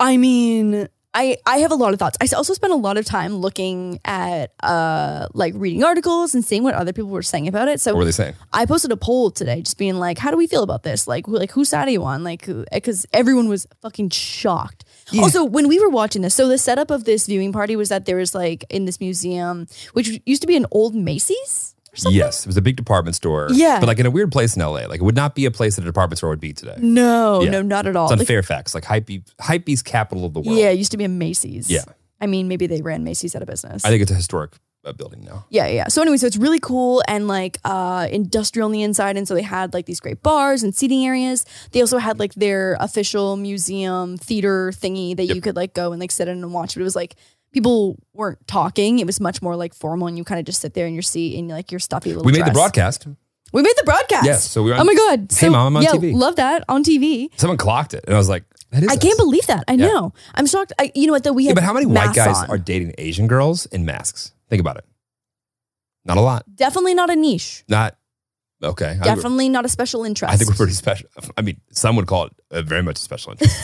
[SPEAKER 1] I mean, I I have a lot of thoughts. I also spent a lot of time looking at uh like reading articles and seeing what other people were saying about it. So
[SPEAKER 2] What were they saying?
[SPEAKER 1] I posted a poll today, just being like, "How do we feel about this? Like, who, like whose side are you on? Like, because everyone was fucking shocked." Also, when we were watching this, so the setup of this viewing party was that there was like in this museum, which used to be an old Macy's.
[SPEAKER 2] Yes, it was a big department store.
[SPEAKER 1] Yeah.
[SPEAKER 2] but like in a weird place in LA. Like it would not be a place that a department store would be today.
[SPEAKER 1] No,
[SPEAKER 2] Yeah.
[SPEAKER 1] no, not at all.
[SPEAKER 2] It's on
[SPEAKER 1] Like,
[SPEAKER 2] Fairfax, like Hype Hypebeast capital of the world.
[SPEAKER 1] yeah, it used to be a Macy's.
[SPEAKER 2] Yeah.
[SPEAKER 1] I mean, maybe they ran Macy's out of business.
[SPEAKER 2] I think it's a historic uh, building now.
[SPEAKER 1] Yeah, yeah. So anyway, so it's really cool and like uh industrial on the inside, and so they had like these great bars and seating areas. They also had like their official museum theater thingy that you could like go and like sit in and watch. But it was like people weren't talking. It was much more like formal, and you kind of just sit there in your seat and like your stuffy little.
[SPEAKER 2] We made the
[SPEAKER 1] dress.
[SPEAKER 2] broadcast.
[SPEAKER 1] We made the broadcast.
[SPEAKER 2] Yeah, so we were on-
[SPEAKER 1] oh my god.
[SPEAKER 2] Hey,
[SPEAKER 1] So-
[SPEAKER 2] Mom, I'm on
[SPEAKER 1] yeah,
[SPEAKER 2] TV.
[SPEAKER 1] Love that on TV.
[SPEAKER 2] Someone clocked it, and I was like, "That is."
[SPEAKER 1] I
[SPEAKER 2] us.
[SPEAKER 1] can't believe that. I
[SPEAKER 2] Yeah.
[SPEAKER 1] know. I'm shocked. I, you know what though? We
[SPEAKER 2] Yeah,
[SPEAKER 1] had
[SPEAKER 2] but how many white
[SPEAKER 1] masks
[SPEAKER 2] guys
[SPEAKER 1] on.
[SPEAKER 2] are dating Asian girls in masks? Think about it. Not a lot.
[SPEAKER 1] definitely not a niche.
[SPEAKER 2] Not okay. I-
[SPEAKER 1] Definitely not a special interest.
[SPEAKER 2] I think we're pretty special. I mean, some would call it uh, very much a special interest.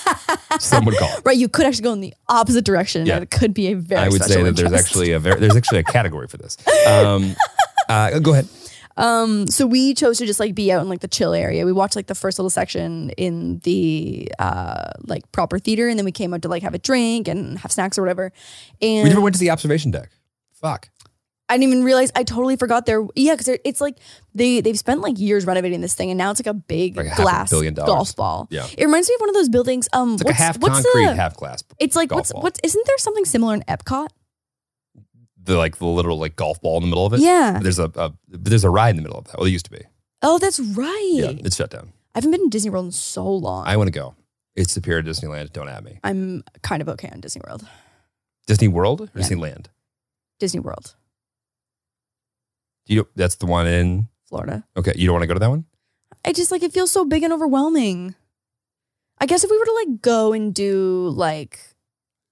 [SPEAKER 1] *laughs*
[SPEAKER 2] *laughs* some would call it.
[SPEAKER 1] Right, you could actually go in the opposite direction.
[SPEAKER 2] Yeah.
[SPEAKER 1] and It could be a very.
[SPEAKER 2] I would say
[SPEAKER 1] special
[SPEAKER 2] that there's
[SPEAKER 1] interest.
[SPEAKER 2] actually a very, there's actually a category for this.
[SPEAKER 1] *laughs*
[SPEAKER 2] Um, uh, go ahead.
[SPEAKER 1] Um, so we chose to just like be out in like the chill area. We watched like the first little section in the uh like proper theater, and then we came out to like have a drink and have snacks or whatever.
[SPEAKER 2] We never
[SPEAKER 1] And
[SPEAKER 2] went to the observation deck. Fuck.
[SPEAKER 1] I didn't even realize I totally forgot there. Yeah, because it's like they they've spent like years renovating this thing, and now it's like a big
[SPEAKER 2] Like a half a
[SPEAKER 1] glass
[SPEAKER 2] billion dollars.
[SPEAKER 1] golf ball.
[SPEAKER 2] Yeah.
[SPEAKER 1] it reminds me of one of those buildings. Um,
[SPEAKER 2] It's like
[SPEAKER 1] what's,
[SPEAKER 2] a half
[SPEAKER 1] what's
[SPEAKER 2] concrete,
[SPEAKER 1] the,
[SPEAKER 2] half glass.
[SPEAKER 1] It's like
[SPEAKER 2] golf
[SPEAKER 1] what's
[SPEAKER 2] ball.
[SPEAKER 1] what's isn't there something similar in Epcot?
[SPEAKER 2] the like the literal like golf ball in the middle of it.
[SPEAKER 1] Yeah.
[SPEAKER 2] There's a, a there's a ride in the middle of that. Well, it used to be.
[SPEAKER 1] Oh, that's right.
[SPEAKER 2] Yeah, it's shut down.
[SPEAKER 1] I haven't been to Disney World in so long.
[SPEAKER 2] I want to go. It's superior to Disneyland. Don't at me.
[SPEAKER 1] I'm kind of okay on Disney World.
[SPEAKER 2] Disney World or
[SPEAKER 1] Yeah.
[SPEAKER 2] Disneyland?
[SPEAKER 1] Disney World,
[SPEAKER 2] Do you? That's the one in.
[SPEAKER 1] Florida.
[SPEAKER 2] Okay, you don't want to go to that one.
[SPEAKER 1] I just like it feels so big and overwhelming. I guess if we were to like go and do like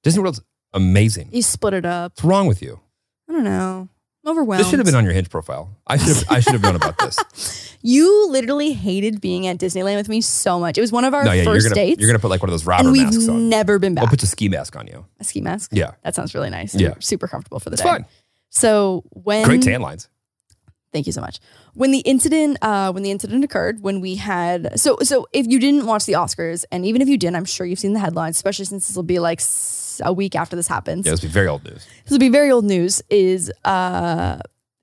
[SPEAKER 2] Disney World's amazing.
[SPEAKER 1] you split it up,
[SPEAKER 2] What's wrong with you?
[SPEAKER 1] I don't know. I'm overwhelmed.
[SPEAKER 2] This should have been on your Hinge profile. I
[SPEAKER 1] *laughs*
[SPEAKER 2] should have. I should have known about this.
[SPEAKER 1] You literally hated being at Disneyland with me so much. It was one of our
[SPEAKER 2] no, yeah,
[SPEAKER 1] 1st
[SPEAKER 2] you're gonna
[SPEAKER 1] dates,
[SPEAKER 2] you're gonna put like one of those robber
[SPEAKER 1] and
[SPEAKER 2] masks
[SPEAKER 1] we've
[SPEAKER 2] on.
[SPEAKER 1] never been
[SPEAKER 2] I'll
[SPEAKER 1] back.
[SPEAKER 2] put a ski mask on you.
[SPEAKER 1] a ski mask.
[SPEAKER 2] Yeah,
[SPEAKER 1] That sounds really nice.
[SPEAKER 2] Yeah.
[SPEAKER 1] super comfortable for the
[SPEAKER 2] it's
[SPEAKER 1] day.
[SPEAKER 2] fine.
[SPEAKER 1] So when
[SPEAKER 2] Great tan lines.
[SPEAKER 1] Thank you so much. When the incident, uh, when the incident occurred, when we had so so, if you didn't watch the Oscars, and even if you didn't, I'm sure you've seen the headlines, especially since this will be like s- a week after this happens.
[SPEAKER 2] Yeah, this would be very old news.
[SPEAKER 1] This will be very old news. Is uh,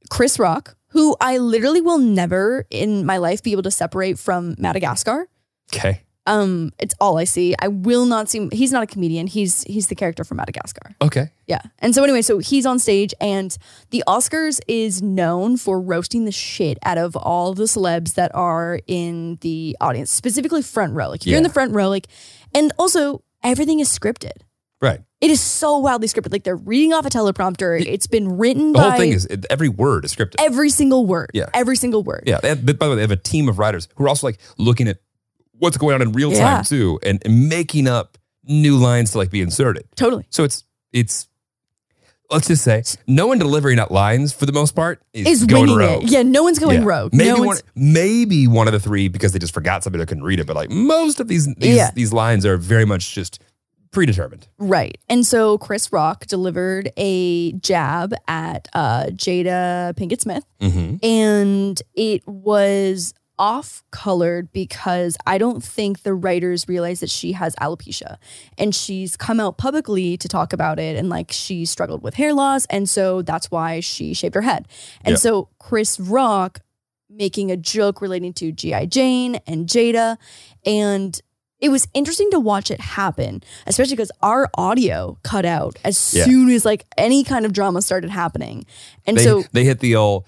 [SPEAKER 1] Chris Rock, who I literally will never in my life be able to separate from Madagascar.
[SPEAKER 2] Okay.
[SPEAKER 1] Um, it's all I see. I will not see. He's not a comedian. He's he's the character from Madagascar.
[SPEAKER 2] Okay.
[SPEAKER 1] Yeah. And so anyway, so he's on stage and the Oscars is known for roasting the shit out of all the celebs that are in the audience, specifically front row. Like if you're in
[SPEAKER 2] Yeah.
[SPEAKER 1] the front row, like and also everything is scripted.
[SPEAKER 2] Right.
[SPEAKER 1] It is so wildly scripted. Like they're reading off a teleprompter. It's been written
[SPEAKER 2] The
[SPEAKER 1] by
[SPEAKER 2] whole thing is it- every word is scripted.
[SPEAKER 1] every single word.
[SPEAKER 2] Yeah.
[SPEAKER 1] Every single word.
[SPEAKER 2] Yeah. They have, by the way, they have a team of writers who are also like looking at what's going on in real time
[SPEAKER 1] Yeah.
[SPEAKER 2] too, and, and making up new lines to like be inserted.
[SPEAKER 1] Totally.
[SPEAKER 2] So it's it's let's just say no one delivering out lines for the most part is,
[SPEAKER 1] Is
[SPEAKER 2] going
[SPEAKER 1] winging
[SPEAKER 2] rogue.
[SPEAKER 1] it. Yeah, no one's going
[SPEAKER 2] Yeah.
[SPEAKER 1] rogue.
[SPEAKER 2] Maybe
[SPEAKER 1] no one's,
[SPEAKER 2] one, maybe one of the three because they just forgot something or couldn't read it. But like most of these these,
[SPEAKER 1] Yeah.
[SPEAKER 2] these lines are very much just predetermined.
[SPEAKER 1] Right. And so Chris Rock delivered a jab at uh, Jada Pinkett Smith.
[SPEAKER 2] Mm-hmm.
[SPEAKER 1] and it was off colored because I don't think the writers realize that she has alopecia and she's come out publicly to talk about it and like she struggled with hair loss and so that's why she shaved her head. And
[SPEAKER 2] Yeah.
[SPEAKER 1] so Chris Rock making a joke relating to GI Jane and Jada and it was interesting to watch it happen, especially because our audio cut out as
[SPEAKER 2] Yeah.
[SPEAKER 1] soon as like any kind of drama started happening. And
[SPEAKER 2] they,
[SPEAKER 1] so
[SPEAKER 2] they hit the old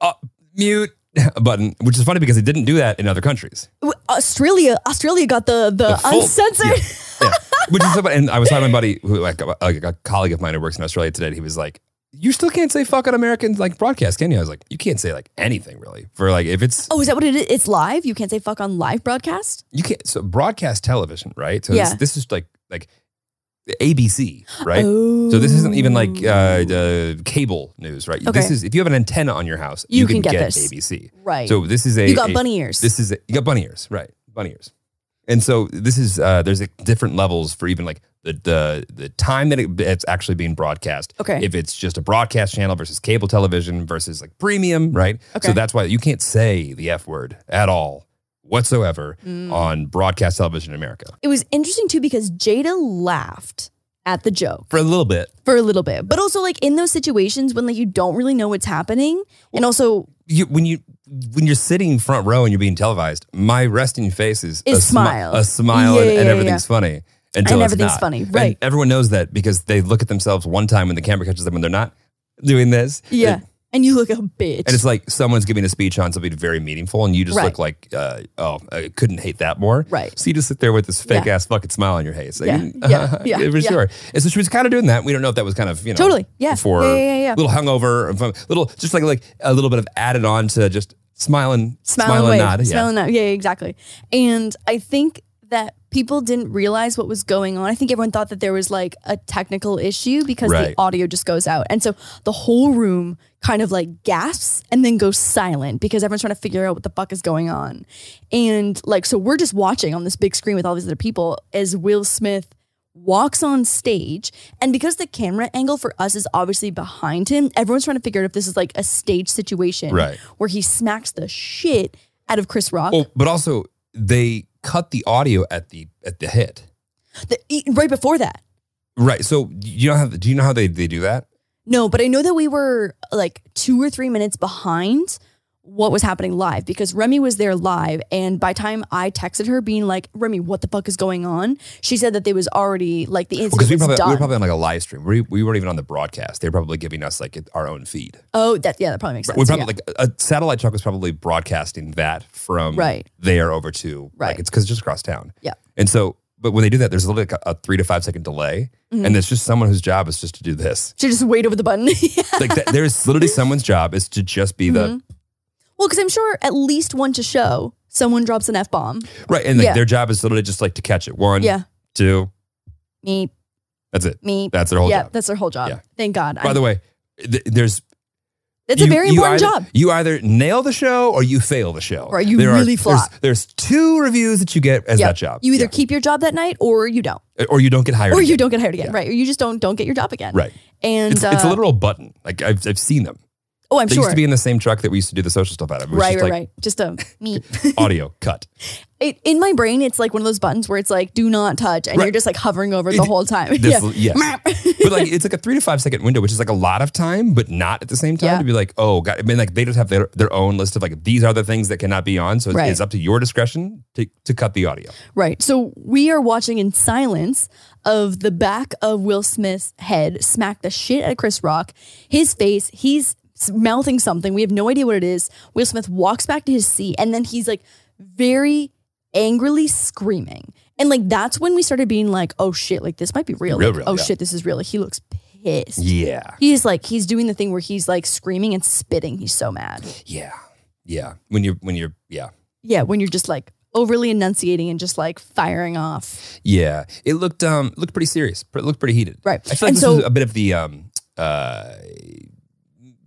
[SPEAKER 2] uh, mute *laughs* button, which is funny because they didn't do that in other countries.
[SPEAKER 1] w- Australia, Australia got the the,
[SPEAKER 2] The full-
[SPEAKER 1] uncensored.
[SPEAKER 2] Yeah. Which is somebody, and I was talking to my buddy, who like a, a, a colleague of mine who works in Australia today. and He was like, "You still can't say fuck on American like broadcast, can you?" I was like, "You can't say like anything really for like if it's
[SPEAKER 1] Oh, is that what it is? It's live. You can't say fuck on live broadcast.
[SPEAKER 2] you can't so broadcast television, right? So
[SPEAKER 1] Yeah.
[SPEAKER 2] this, this is like like ABC, right?
[SPEAKER 1] Oh.
[SPEAKER 2] So this isn't even like uh, the cable news, right?
[SPEAKER 1] Okay.
[SPEAKER 2] This is if you have an antenna on your house,
[SPEAKER 1] You
[SPEAKER 2] you,
[SPEAKER 1] can get this.
[SPEAKER 2] ABC.
[SPEAKER 1] right.
[SPEAKER 2] So this is a
[SPEAKER 1] you got
[SPEAKER 2] a-
[SPEAKER 1] bunny ears.
[SPEAKER 2] This is you got bunny ears, right? Bunny ears. And so this is uh, there's like different levels for even like the the the time that it, it's actually being broadcast.
[SPEAKER 1] Okay.
[SPEAKER 2] If it's just a broadcast channel versus cable television versus like premium, right?
[SPEAKER 1] Okay.
[SPEAKER 2] So that's why you can't say the F word at all whatsoever
[SPEAKER 1] Mm.
[SPEAKER 2] on broadcast television in America
[SPEAKER 1] it was interesting too because Jada laughed at the joke
[SPEAKER 2] for a little bit.
[SPEAKER 1] for a little bit, but also like in those situations when like you don't really know what's happening, and also
[SPEAKER 2] You, when you when you're sitting front row and you're being televised, my resting face is
[SPEAKER 1] Is
[SPEAKER 2] a smi-
[SPEAKER 1] smile.
[SPEAKER 2] a smile,
[SPEAKER 1] Yeah,
[SPEAKER 2] and,
[SPEAKER 1] yeah,
[SPEAKER 2] and
[SPEAKER 1] yeah,
[SPEAKER 2] everything's funny. Until
[SPEAKER 1] And
[SPEAKER 2] it's
[SPEAKER 1] everything's
[SPEAKER 2] not.
[SPEAKER 1] funny,
[SPEAKER 2] And
[SPEAKER 1] right.
[SPEAKER 2] everyone knows that because they look at themselves one time when the camera catches them when they're not doing this.
[SPEAKER 1] yeah,
[SPEAKER 2] It-
[SPEAKER 1] and you look a bitch.
[SPEAKER 2] and it's like someone's giving a speech on something very meaningful, and you just look like, uh, oh, I couldn't hate that more.
[SPEAKER 1] Right.
[SPEAKER 2] So you just sit there with this
[SPEAKER 1] Yeah.
[SPEAKER 2] fake ass fucking smile on your face. Like,
[SPEAKER 1] Yeah,
[SPEAKER 2] *laughs*
[SPEAKER 1] yeah, yeah,
[SPEAKER 2] for
[SPEAKER 1] yeah.
[SPEAKER 2] sure. And so she was kind of doing that. We don't know if that was kind of, you know,
[SPEAKER 1] Totally, yeah.
[SPEAKER 2] for
[SPEAKER 1] Yeah, yeah, yeah, yeah.
[SPEAKER 2] little hungover, if I'm- little, just like like a little bit of added on to just smiling,
[SPEAKER 1] smile, and wave,
[SPEAKER 2] nod.
[SPEAKER 1] smile and nod. Yeah, exactly. And I think that people didn't realize what was going on. I think everyone thought that there was like a technical issue because
[SPEAKER 2] Right.
[SPEAKER 1] the audio just goes out, and so the whole room kind of like gasps and then goes silent because everyone's trying to figure out what the fuck is going on. And like, so we're just watching on this big screen with all these other people as Will Smith walks on stage and because the camera angle for us is obviously behind him everyone's trying to figure out if this is like a stage situation
[SPEAKER 2] Right.
[SPEAKER 1] where he smacks the shit out of Chris Rock
[SPEAKER 2] Well, Oh, but also they cut the audio at the at the hit.
[SPEAKER 1] The- e- right before that.
[SPEAKER 2] Right. So you know how do you know how they, they do that?
[SPEAKER 1] No, but I know that we were like two or three minutes behind what was happening live because Remy was there live. And by time I texted her being like, Remy, what the fuck is going on? She said that they was already like the incident
[SPEAKER 2] Because Oh, we
[SPEAKER 1] was
[SPEAKER 2] probably
[SPEAKER 1] done.
[SPEAKER 2] we were probably on like a live stream. We, we weren't even on the broadcast. They were probably giving us like our own feed.
[SPEAKER 1] oh, that yeah, that probably makes sense.
[SPEAKER 2] we probably
[SPEAKER 1] yeah.
[SPEAKER 2] like a satellite truck was probably broadcasting that from
[SPEAKER 1] Right.
[SPEAKER 2] there over to
[SPEAKER 1] Right.
[SPEAKER 2] Like it's because just across town.
[SPEAKER 1] Yeah.
[SPEAKER 2] And so, but when they do that, there's a little like a, a three to five second delay,
[SPEAKER 1] Mm-hmm.
[SPEAKER 2] and it's just someone whose job is just to do this.
[SPEAKER 1] she just wait over the button. *laughs* yeah.
[SPEAKER 2] like that, there's
[SPEAKER 1] *laughs*
[SPEAKER 2] literally someone's job is to just be the
[SPEAKER 1] Mm-hmm. Well, because I'm sure at least one to show someone drops an F bomb.
[SPEAKER 2] right, and like
[SPEAKER 1] Mm-hmm. Yeah.
[SPEAKER 2] their job is literally just like to catch it. One,
[SPEAKER 1] Yeah.
[SPEAKER 2] two,
[SPEAKER 1] Me,
[SPEAKER 2] that's it.
[SPEAKER 1] me.
[SPEAKER 2] That's their whole
[SPEAKER 1] yeah,
[SPEAKER 2] job.
[SPEAKER 1] that's their whole job.
[SPEAKER 2] Yeah.
[SPEAKER 1] Thank God.
[SPEAKER 2] By the way, th- there's
[SPEAKER 1] it's a
[SPEAKER 2] you-
[SPEAKER 1] very
[SPEAKER 2] you
[SPEAKER 1] important
[SPEAKER 2] either-
[SPEAKER 1] job.
[SPEAKER 2] You either nail the show or you fail the show.
[SPEAKER 1] Or you really
[SPEAKER 2] are,
[SPEAKER 1] flop.
[SPEAKER 2] There's, there's two reviews that you get as
[SPEAKER 1] Yep.
[SPEAKER 2] that job.
[SPEAKER 1] You either keep your job that night or you don't.
[SPEAKER 2] keep or you don't get hired.
[SPEAKER 1] or you
[SPEAKER 2] again.
[SPEAKER 1] don't get hired again,
[SPEAKER 2] Yeah.
[SPEAKER 1] right? Or you just don't don't get your job again,
[SPEAKER 2] Right.
[SPEAKER 1] And
[SPEAKER 2] It's, it's a
[SPEAKER 1] uh,
[SPEAKER 2] literal button. Like I've, I've seen them.
[SPEAKER 1] oh, I'm
[SPEAKER 2] They
[SPEAKER 1] sure,
[SPEAKER 2] used to be in the same truck that we used to do the social stuff out of. It was
[SPEAKER 1] right, right,
[SPEAKER 2] just like
[SPEAKER 1] right. Just
[SPEAKER 2] *laughs*
[SPEAKER 1] a me. *laughs*
[SPEAKER 2] audio cut.
[SPEAKER 1] it, in my brain, it's like one of those buttons where it's like "do not touch," and
[SPEAKER 2] Right.
[SPEAKER 1] you're just like hovering over it the
[SPEAKER 2] It-
[SPEAKER 1] whole time. *laughs*
[SPEAKER 2] This,
[SPEAKER 1] yeah.
[SPEAKER 2] Yes. but like it's like a three to five second window, which is like a lot of time, but not at the same time
[SPEAKER 1] Yeah.
[SPEAKER 2] to be like, oh god. I mean, like they just have their, their own list of like these are the things that cannot be on. So it's,
[SPEAKER 1] Right.
[SPEAKER 2] it's up to your discretion to, to cut the audio.
[SPEAKER 1] Right. So we are watching in silence of the back of Will Smith's head smack the shit out of Chris Rock, his face, he's s- mouthing something. We have no idea what it is. Will Smith walks back to his seat and then he's like very angrily screaming. And like that's when we started being like, oh shit, like this might be real.
[SPEAKER 2] Real,
[SPEAKER 1] Like,
[SPEAKER 2] real,
[SPEAKER 1] oh
[SPEAKER 2] yeah.
[SPEAKER 1] shit, this is real. Like, he looks pissed.
[SPEAKER 2] Yeah.
[SPEAKER 1] He's like, he's doing the thing where he's like screaming and spitting. He's so mad.
[SPEAKER 2] Yeah. Yeah. When you're when you're yeah.
[SPEAKER 1] Yeah. When you're just like overly enunciating and just like firing off.
[SPEAKER 2] Yeah, it looked um looked pretty serious. It looked pretty heated.
[SPEAKER 1] Right.
[SPEAKER 2] I feel like
[SPEAKER 1] And
[SPEAKER 2] this
[SPEAKER 1] so-
[SPEAKER 2] was a bit of the um uh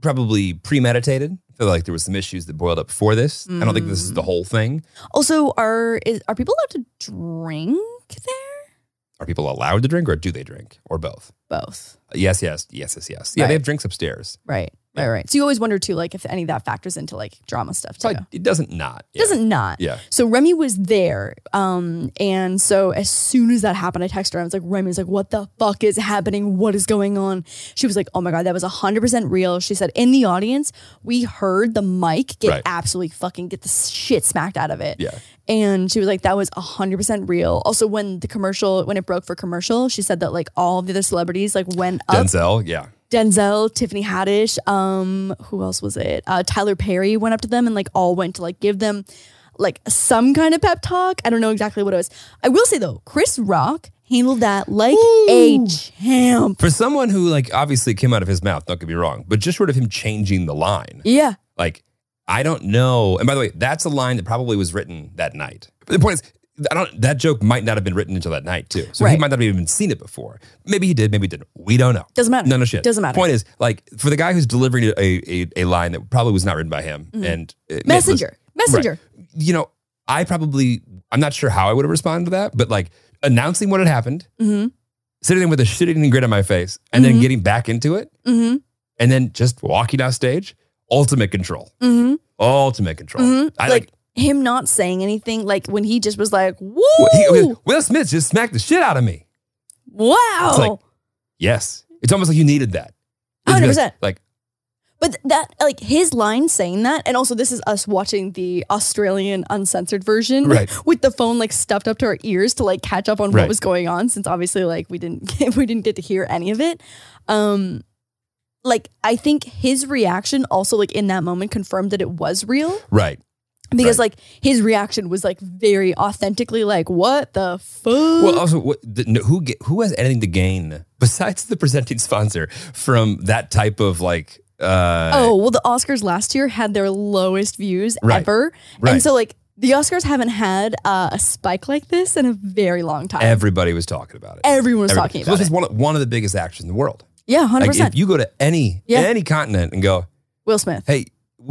[SPEAKER 2] probably premeditated. I feel like there was some issues that boiled up before this. I don't think this
[SPEAKER 1] Mm-hmm.
[SPEAKER 2] is the whole thing.
[SPEAKER 1] Also, are is, are people allowed to drink there?
[SPEAKER 2] Are people allowed to drink, or do they drink, or both? Uh,
[SPEAKER 1] Both,
[SPEAKER 2] Yes, yes, yes, yes, yes. Yeah,
[SPEAKER 1] Right.
[SPEAKER 2] they have drinks upstairs.
[SPEAKER 1] right? Right, right. So you always wonder too, like if any of that factors into like drama stuff too.
[SPEAKER 2] But it doesn't not. Yeah.
[SPEAKER 1] doesn't not.
[SPEAKER 2] Yeah.
[SPEAKER 1] So Remy was there. Um, and so as soon as that happened, I texted her. I was like, Remy's like, what the fuck is happening? What is going on? She was like, oh my God, that was 100% real. She said, in the audience, we heard the mic get
[SPEAKER 2] Right.
[SPEAKER 1] absolutely fucking get the shit smacked out of it.
[SPEAKER 2] Yeah.
[SPEAKER 1] And she was like, that was 100% real. Also, when the commercial, when it broke for commercial, she said that like all the other celebrities like went up.
[SPEAKER 2] Denzel. Yeah.
[SPEAKER 1] Denzel, Tiffany Haddish, um, who else was it? Uh, Tyler Perry went up to them and like all went to like give them like some kind of pep talk. I don't know exactly what it was. I will say though, Chris Rock handled that like a champ.
[SPEAKER 2] For someone who like obviously came out of his mouth, don't get me wrong, but just sort of him changing the line.
[SPEAKER 1] Yeah.
[SPEAKER 2] Like, I don't know. And by the way, that's a line that probably was written that night. But the point is, I don't. That joke might not have been written until that night too. So he
[SPEAKER 1] Right.
[SPEAKER 2] might not have even seen it before. Maybe he did. Maybe he didn't. We don't know.
[SPEAKER 1] Doesn't matter.
[SPEAKER 2] None of shit.
[SPEAKER 1] Doesn't matter.
[SPEAKER 2] Point is, like, for the guy who's delivering a a, a line that probably was not written by him and uh, it-
[SPEAKER 1] Mm-hmm. Messenger. Messenger.
[SPEAKER 2] Right. You know, I probably I'm not sure how I would have responded to that, but like announcing what had happened,
[SPEAKER 1] Mm-hmm.
[SPEAKER 2] sitting there with a shit eating grin on my face, and then getting back into it,
[SPEAKER 1] Mm-hmm.
[SPEAKER 2] and then just walking off stage, ultimate control.
[SPEAKER 1] Mm-hmm.
[SPEAKER 2] Ultimate control.
[SPEAKER 1] Mhm.
[SPEAKER 2] I
[SPEAKER 1] Like,
[SPEAKER 2] like,
[SPEAKER 1] Him not saying anything, like when he just was like, Woo!
[SPEAKER 2] Wh- he- Will Smith just smacked the shit out of me.
[SPEAKER 1] wow.
[SPEAKER 2] It's like, yes. It's almost like you needed that. It's like-
[SPEAKER 1] 100%.
[SPEAKER 2] Like,
[SPEAKER 1] But th- that, like, his line saying that, and also this is us watching the Australian uncensored version,
[SPEAKER 2] Right.
[SPEAKER 1] *laughs* with the phone like stuffed up to our ears to like catch up on what
[SPEAKER 2] Right.
[SPEAKER 1] was going on, since obviously like we didn't *laughs* get, we didn't get to hear any of it. Um, like I think his reaction also like in that moment confirmed that it was real
[SPEAKER 2] right.
[SPEAKER 1] because like his reaction was like very authentically like what the fuck.
[SPEAKER 2] Well, also, what, the, no, who ge- who has anything to gain besides the presenting sponsor from that type of like? Uh,
[SPEAKER 1] Oh, well, the Oscars last year had their lowest views
[SPEAKER 2] Right.
[SPEAKER 1] ever. And
[SPEAKER 2] Right.
[SPEAKER 1] so, like, the Oscars haven't had uh, a spike like this in a very long time.
[SPEAKER 2] everybody was talking about it.
[SPEAKER 1] Everyone was
[SPEAKER 2] Everybody.
[SPEAKER 1] talking
[SPEAKER 2] So
[SPEAKER 1] about
[SPEAKER 2] this
[SPEAKER 1] it.
[SPEAKER 2] is one of, one of the biggest actors in the world.
[SPEAKER 1] yeah, 100%.
[SPEAKER 2] Like if you go to any
[SPEAKER 1] Yeah.
[SPEAKER 2] any continent and go,
[SPEAKER 1] Will Smith.
[SPEAKER 2] hey,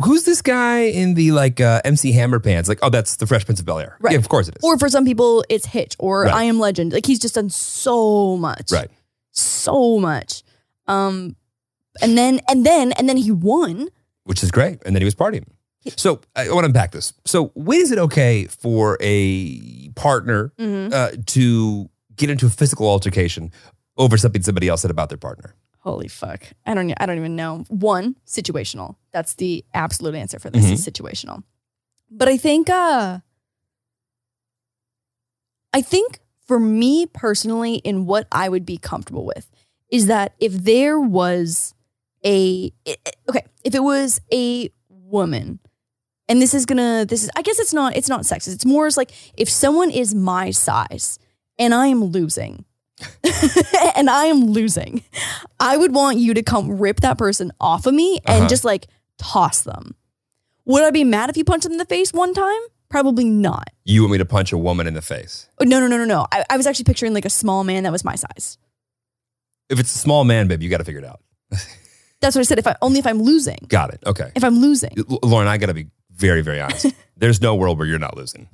[SPEAKER 2] who's this guy in the like uh, MC Hammer pants? Like, oh, that's the Fresh Prince of Bel Air.
[SPEAKER 1] Right.
[SPEAKER 2] Yeah, of course it is.
[SPEAKER 1] Or for some people, it's Hitch or
[SPEAKER 2] Right.
[SPEAKER 1] I Am Legend. Like, he's just done so much.
[SPEAKER 2] right.
[SPEAKER 1] So much. Um, and then, and then, and then he won.
[SPEAKER 2] which is great. And then he was partying. So I want to unpack this. So when is it okay for a partner
[SPEAKER 1] Mhm.
[SPEAKER 2] uh, to get into a physical altercation over something somebody else said about their partner?
[SPEAKER 1] Holy fuck. I don't e, I don't even know. One, situational. That's the absolute answer for this
[SPEAKER 2] Mhm.
[SPEAKER 1] is situational. But I think uh I think for me personally in what I would be comfortable with is that if there was a it- it- okay, if it was a woman and this is gonna this is I guess it's not it's not sexist. It's more as like if someone is my size and I am losing *laughs* and I am losing, I would want you to come rip that person off of me and
[SPEAKER 2] Uh-huh.
[SPEAKER 1] just like toss them. Would I be mad if you punched them in the face one time? Probably not.
[SPEAKER 2] You want me to punch a woman in the face?
[SPEAKER 1] Oh, No, no, no, no, no. I, I was actually picturing like a small man that was my size.
[SPEAKER 2] If it's a small man, babe, you got to figure it out.
[SPEAKER 1] That's what I said. If I only if I'm losing,
[SPEAKER 2] Got it. Okay.
[SPEAKER 1] if I'm losing,
[SPEAKER 2] L- Lauren, I got to be very, very honest. There's no world where you're not losing.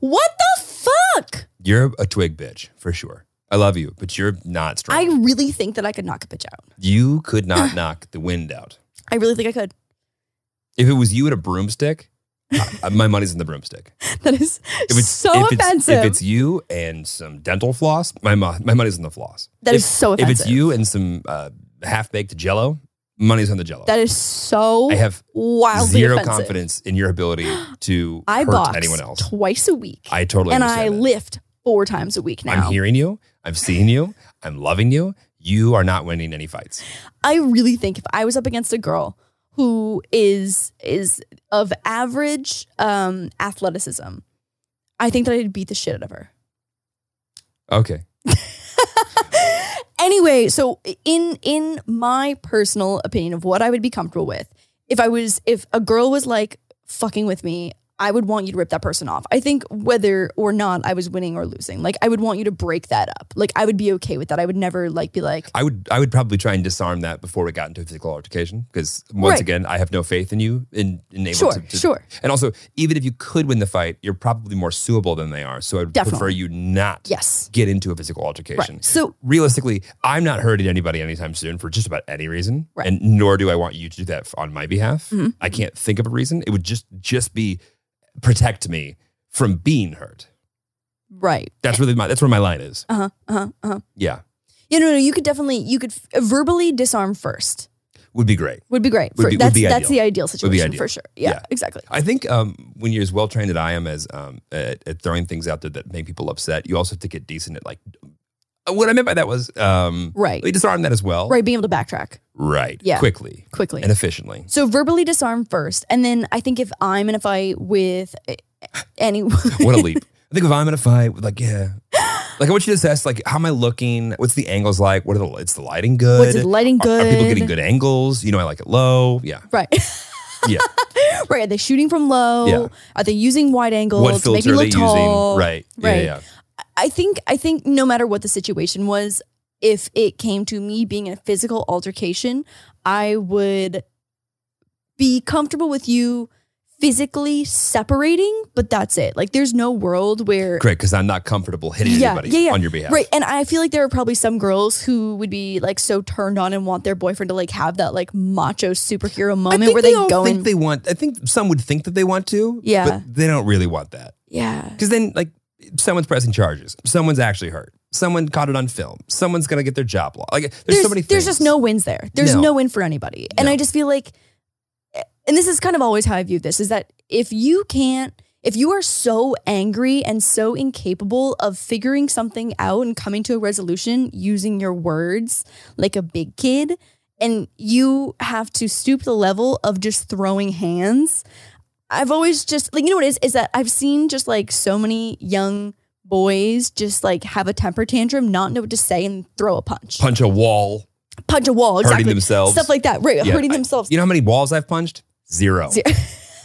[SPEAKER 1] what the fuck?
[SPEAKER 2] You're a twig bitch for sure. I love you, but you're not strong.
[SPEAKER 1] I really think that I could knock a bitch out.
[SPEAKER 2] you could not knock the wind out.
[SPEAKER 1] I really think I could. *laughs*
[SPEAKER 2] If it was you and a broomstick, I- my money's in the broomstick.
[SPEAKER 1] That is
[SPEAKER 2] If it's
[SPEAKER 1] so
[SPEAKER 2] if It's,
[SPEAKER 1] offensive.
[SPEAKER 2] if it's you and some dental floss, my mo- my money's on the floss.
[SPEAKER 1] That
[SPEAKER 2] That
[SPEAKER 1] is
[SPEAKER 2] is
[SPEAKER 1] so
[SPEAKER 2] If
[SPEAKER 1] offensive.
[SPEAKER 2] it's you and some uh, half baked Jello, money's on the Jello.
[SPEAKER 1] that is so
[SPEAKER 2] I have
[SPEAKER 1] wildly
[SPEAKER 2] zero
[SPEAKER 1] offensive.
[SPEAKER 2] confidence in your
[SPEAKER 1] *gasps*
[SPEAKER 2] ability to
[SPEAKER 1] I
[SPEAKER 2] hurt
[SPEAKER 1] box
[SPEAKER 2] anyone else.
[SPEAKER 1] twice a week.
[SPEAKER 2] I totally
[SPEAKER 1] and I
[SPEAKER 2] understand that.
[SPEAKER 1] lift four times a week now.
[SPEAKER 2] I'm hearing you. I'm seeing you. I'm loving you. You are not winning any fights.
[SPEAKER 1] I really think if I was up against a girl who is is of average um, athleticism, I think that I'd beat the shit out of her.
[SPEAKER 2] Okay.
[SPEAKER 1] anyway, so in in my personal opinion of what I would be comfortable with, if I was if a girl was like fucking with me, I would want you to rip that person off. I think whether or not I was winning or losing, like I would want you to break that up. Like I would be okay with that. I would never like be like,
[SPEAKER 2] I would I would probably try and disarm that before we got into a physical altercation because once
[SPEAKER 1] Right.
[SPEAKER 2] again I have no faith in you in, in able
[SPEAKER 1] Sure,
[SPEAKER 2] to, to-
[SPEAKER 1] sure.
[SPEAKER 2] and also even if you could win the fight you're probably more suable than they are so I'd
[SPEAKER 1] Definitely.
[SPEAKER 2] prefer you not
[SPEAKER 1] Yes.
[SPEAKER 2] get into a physical altercation
[SPEAKER 1] Right. So-
[SPEAKER 2] realistically I'm not hurting anybody anytime soon for just about any reason
[SPEAKER 1] Right. Mm-hmm.
[SPEAKER 2] and nor do I want you to do that on my behalf I can't think of a reason it would just just be protect me from being hurt
[SPEAKER 1] right.
[SPEAKER 2] that's really my that's where my line is
[SPEAKER 1] Uh huh. Uh huh. Uh huh.
[SPEAKER 2] yeah
[SPEAKER 1] Yeah, no, no. You could definitely, you could f- uh, verbally disarm first.
[SPEAKER 2] would be great
[SPEAKER 1] Would be great.
[SPEAKER 2] Would
[SPEAKER 1] for,
[SPEAKER 2] be- would
[SPEAKER 1] that's
[SPEAKER 2] be
[SPEAKER 1] that's
[SPEAKER 2] ideal.
[SPEAKER 1] the ideal
[SPEAKER 2] Would be
[SPEAKER 1] situation
[SPEAKER 2] ideal.
[SPEAKER 1] for sure. Yeah,
[SPEAKER 2] Yeah.
[SPEAKER 1] exactly.
[SPEAKER 2] I think um, when you're as well trained as I am as um, at, at throwing things out there that make people upset, you also have to get decent at like. uh, What I meant by that was um,
[SPEAKER 1] Right.
[SPEAKER 2] We disarm that as well,
[SPEAKER 1] Right, being able to backtrack
[SPEAKER 2] Right,
[SPEAKER 1] Yeah.
[SPEAKER 2] quickly
[SPEAKER 1] quickly.
[SPEAKER 2] and efficiently.
[SPEAKER 1] so verbally disarm first, and then I think if I'm in a fight with eh, *laughs* anyone,
[SPEAKER 2] What a leap! I think if I'm in a fight, with like yeah, like I want you to assess like how am I looking? What's the angles like? What are the it's the lighting good?
[SPEAKER 1] What's the lighting
[SPEAKER 2] Are- Are, people getting
[SPEAKER 1] good?
[SPEAKER 2] good angles? You know, I like it low. Yeah,
[SPEAKER 1] right,
[SPEAKER 2] yeah.
[SPEAKER 1] *laughs* right, are they shooting from low?
[SPEAKER 2] Yeah.
[SPEAKER 1] Are they using wide angles?
[SPEAKER 2] what filter
[SPEAKER 1] Make
[SPEAKER 2] are
[SPEAKER 1] me
[SPEAKER 2] they
[SPEAKER 1] look tall.
[SPEAKER 2] using? Right, Yeah,
[SPEAKER 1] right.
[SPEAKER 2] yeah, yeah.
[SPEAKER 1] I think I think no matter what the situation was, if it came to me being in a physical altercation, I would be comfortable with you physically separating, but that's it. Like there's no world where
[SPEAKER 2] Great, because I'm not comfortable hitting
[SPEAKER 1] Yeah,
[SPEAKER 2] anybody
[SPEAKER 1] yeah, yeah.
[SPEAKER 2] on your behalf.
[SPEAKER 1] Right. And I feel like there are probably some girls who would be like so turned on and want their boyfriend to like have that like macho superhero
[SPEAKER 2] I
[SPEAKER 1] moment
[SPEAKER 2] think
[SPEAKER 1] where they,
[SPEAKER 2] all
[SPEAKER 1] go
[SPEAKER 2] think
[SPEAKER 1] in.
[SPEAKER 2] they want. I think some would think that they want to.
[SPEAKER 1] Yeah.
[SPEAKER 2] but they don't really want that
[SPEAKER 1] yeah.
[SPEAKER 2] because then like someone's pressing charges, someone's actually hurt, someone caught it on film, someone's gonna get their job lost. Like there's, so many.
[SPEAKER 1] there's
[SPEAKER 2] things.
[SPEAKER 1] just no wins there. There's
[SPEAKER 2] No.
[SPEAKER 1] no, win for anybody. And
[SPEAKER 2] No.
[SPEAKER 1] I just feel like and this is kind of always how I view this is that if you can't if you are so angry and so incapable of figuring something out and coming to a resolution using your words like a big kid and you have to stoop to the level of just throwing hands I've always just like you know what it is is that I've seen just like so many young boys just like have a temper tantrum, not know what to say, and throw a punch,
[SPEAKER 2] punch a wall,
[SPEAKER 1] punch a wall, Oh, exactly.
[SPEAKER 2] hurting themselves,
[SPEAKER 1] stuff like that, right?
[SPEAKER 2] Yeah,
[SPEAKER 1] hurting
[SPEAKER 2] I-
[SPEAKER 1] themselves.
[SPEAKER 2] you know how many walls I've punched? Zero.
[SPEAKER 1] Ze-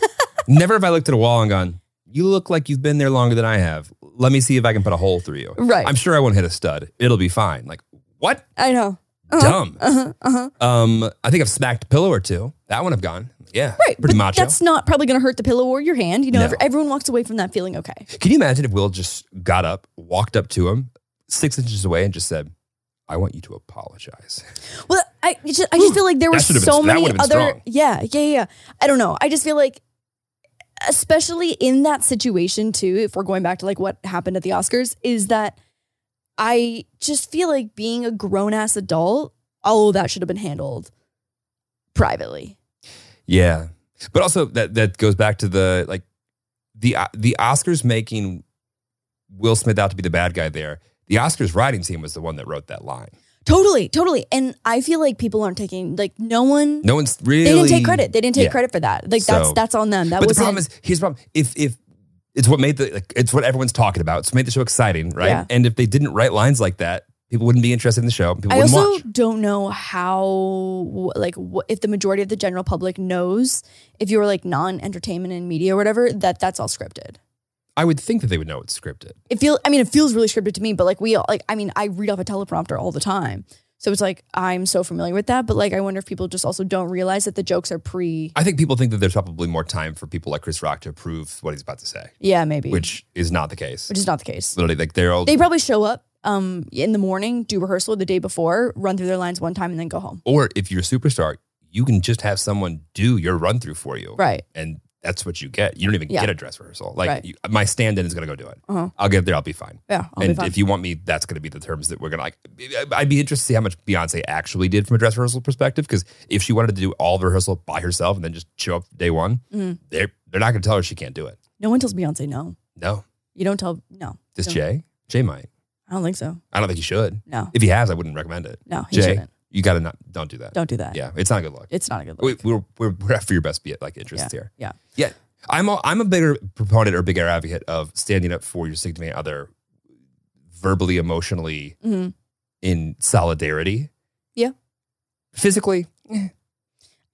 [SPEAKER 1] *laughs*
[SPEAKER 2] Never have I looked at a wall and gone, "You look like you've been there longer than I have. Let me see if I can put a hole through you."
[SPEAKER 1] Right.
[SPEAKER 2] I'm sure I won't hit a stud. It'll be fine. Like what?
[SPEAKER 1] I know.
[SPEAKER 2] Dumb.
[SPEAKER 1] Uh-huh, uh-huh.
[SPEAKER 2] Um, I think I've smacked a pillow or two. That one I've gone. Yeah,
[SPEAKER 1] Right,
[SPEAKER 2] pretty
[SPEAKER 1] but
[SPEAKER 2] macho.
[SPEAKER 1] That's not probably going to hurt the pillow or your hand. You know,
[SPEAKER 2] No.
[SPEAKER 1] ev- everyone walks away from that feeling okay.
[SPEAKER 2] Can you imagine if Will just got up, walked up to him six inches away, and just said, I want you to apologize?
[SPEAKER 1] Well, I it's just, I just feel like there were
[SPEAKER 2] That should've been-
[SPEAKER 1] so
[SPEAKER 2] that
[SPEAKER 1] many
[SPEAKER 2] would've been
[SPEAKER 1] other.
[SPEAKER 2] strong.
[SPEAKER 1] Yeah, yeah, yeah. I don't know. I just feel like, especially in that situation too, if we're going back to like what happened at the Oscars, is that I just feel like being a grown ass adult, all of that should have been handled privately.
[SPEAKER 2] Yeah. But also, that, that goes back to the like the, the Oscars making Will Smith out to be the bad guy there. The Oscars writing team was the one that wrote that line.
[SPEAKER 1] Totally, totally. And I feel like people aren't taking like no one.
[SPEAKER 2] No one's really.
[SPEAKER 1] They didn't take credit. They didn't take
[SPEAKER 2] Yeah.
[SPEAKER 1] credit for that. Like that's
[SPEAKER 2] So-
[SPEAKER 1] that's on them. That
[SPEAKER 2] but the
[SPEAKER 1] was
[SPEAKER 2] problem is, here's the problem. If if it's what made the like, it's what everyone's talking about. It's what made the show exciting, right?
[SPEAKER 1] Yeah.
[SPEAKER 2] And if they didn't write lines like that, people wouldn't be interested in the show. People
[SPEAKER 1] I
[SPEAKER 2] wouldn't
[SPEAKER 1] also
[SPEAKER 2] watch.
[SPEAKER 1] don't know how, like, wh- if the majority of the general public knows, if you were like non-entertainment and media or whatever, that that's all scripted.
[SPEAKER 2] I would think that they would know it's scripted.
[SPEAKER 1] It feel, I mean, it feels really scripted to me. But like, we all, like, I mean, I read off a teleprompter all the time, so it's like I'm so familiar with that. But like, I wonder if people just also don't realize that the jokes are pre.
[SPEAKER 2] I think people think that there's probably more time for people like Chris Rock to approve what he's about to say,
[SPEAKER 1] Yeah, maybe.
[SPEAKER 2] which is not the case.
[SPEAKER 1] which is not the case.
[SPEAKER 2] Literally, like they're all,
[SPEAKER 1] They probably show up um in the morning, do rehearsal the day before, run through their lines one time, and then go home.
[SPEAKER 2] or if you're a superstar, you can just have someone do your run through for you,
[SPEAKER 1] Right.
[SPEAKER 2] And that's what you get. You don't even
[SPEAKER 1] Yeah.
[SPEAKER 2] get a dress rehearsal. Like
[SPEAKER 1] Right.
[SPEAKER 2] you, my stand-in is going to go do it.
[SPEAKER 1] Uh-huh.
[SPEAKER 2] I'll get there. I'll be fine.
[SPEAKER 1] Yeah, I'll
[SPEAKER 2] and
[SPEAKER 1] be fine.
[SPEAKER 2] if you want me, that's going to be the terms that we're going to like. I'd be interested to see how much Beyonce actually did from a dress rehearsal perspective, because if she wanted to do all the rehearsal by herself and then just show up day one,
[SPEAKER 1] Mm.
[SPEAKER 2] they're they're not going to tell her she can't do it.
[SPEAKER 1] no one tells Beyonce no.
[SPEAKER 2] No,
[SPEAKER 1] You don't tell no.
[SPEAKER 2] does
[SPEAKER 1] Don't-
[SPEAKER 2] Jay? Jay might.
[SPEAKER 1] I don't think so.
[SPEAKER 2] I don't think he should.
[SPEAKER 1] No,
[SPEAKER 2] If he has, I wouldn't recommend it.
[SPEAKER 1] no, he
[SPEAKER 2] Jay,
[SPEAKER 1] shouldn't.
[SPEAKER 2] You gotta not don't do that.
[SPEAKER 1] Don't do that.
[SPEAKER 2] Yeah, it's not a good look.
[SPEAKER 1] It's not a good
[SPEAKER 2] We,
[SPEAKER 1] look.
[SPEAKER 2] we're, we're we're after your best be like interests here.
[SPEAKER 1] Yeah.
[SPEAKER 2] Yeah, I'm a, I'm a bigger proponent or bigger advocate of standing up for your significant other, verbally, emotionally,
[SPEAKER 1] Mhm.
[SPEAKER 2] in solidarity.
[SPEAKER 1] Yeah.
[SPEAKER 2] Physically,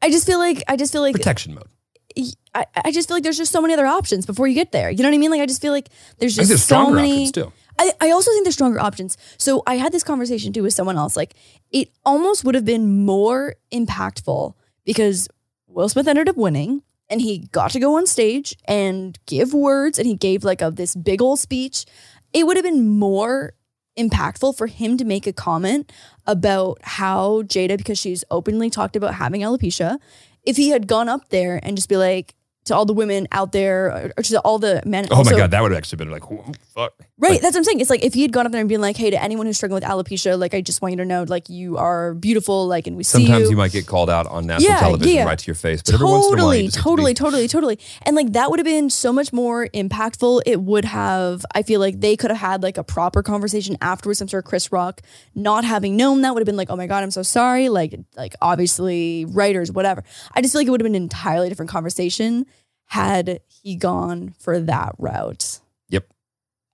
[SPEAKER 1] I just feel like I just feel like
[SPEAKER 2] protection mode.
[SPEAKER 1] I, I just feel like there's just so many other options before you get there. You know what I mean? Like I just feel like there's
[SPEAKER 2] think
[SPEAKER 1] just
[SPEAKER 2] there's
[SPEAKER 1] so
[SPEAKER 2] stronger
[SPEAKER 1] many
[SPEAKER 2] options too.
[SPEAKER 1] I, I also think there's stronger options. So I had this conversation too with someone else. Like it almost would have been more impactful because Will Smith ended up winning and he got to go on stage and give words and he gave like a this big old speech. It would have been more impactful for him to make a comment about how Jada, because she's openly talked about having alopecia, if he had gone up there and just be like to all the women out there or- or to all the men.
[SPEAKER 2] Oh
[SPEAKER 1] also-
[SPEAKER 2] my god, that would have actually been like, wh- fuck.
[SPEAKER 1] Right. that's what I'm saying. It's like if he had gone up there and been like, hey, to anyone who's struggling with alopecia, like, I just want you to know, like, you are beautiful, like, and we see
[SPEAKER 2] Sometimes
[SPEAKER 1] you.
[SPEAKER 2] you might get called out on national
[SPEAKER 1] Yeah,
[SPEAKER 2] television
[SPEAKER 1] yeah.
[SPEAKER 2] right to your face, but every once in a while, you
[SPEAKER 1] Totally,
[SPEAKER 2] just have to
[SPEAKER 1] totally,
[SPEAKER 2] be-
[SPEAKER 1] totally, totally. And like that would have been so much more impactful. It would have, I feel like they could have had like a proper conversation afterwards. I'm sure Chris Rock not having known that would have been like, oh my God, I'm so sorry. Like, like obviously writers, whatever. I just feel like it would have been an entirely different conversation had he gone for that route.
[SPEAKER 2] Yep.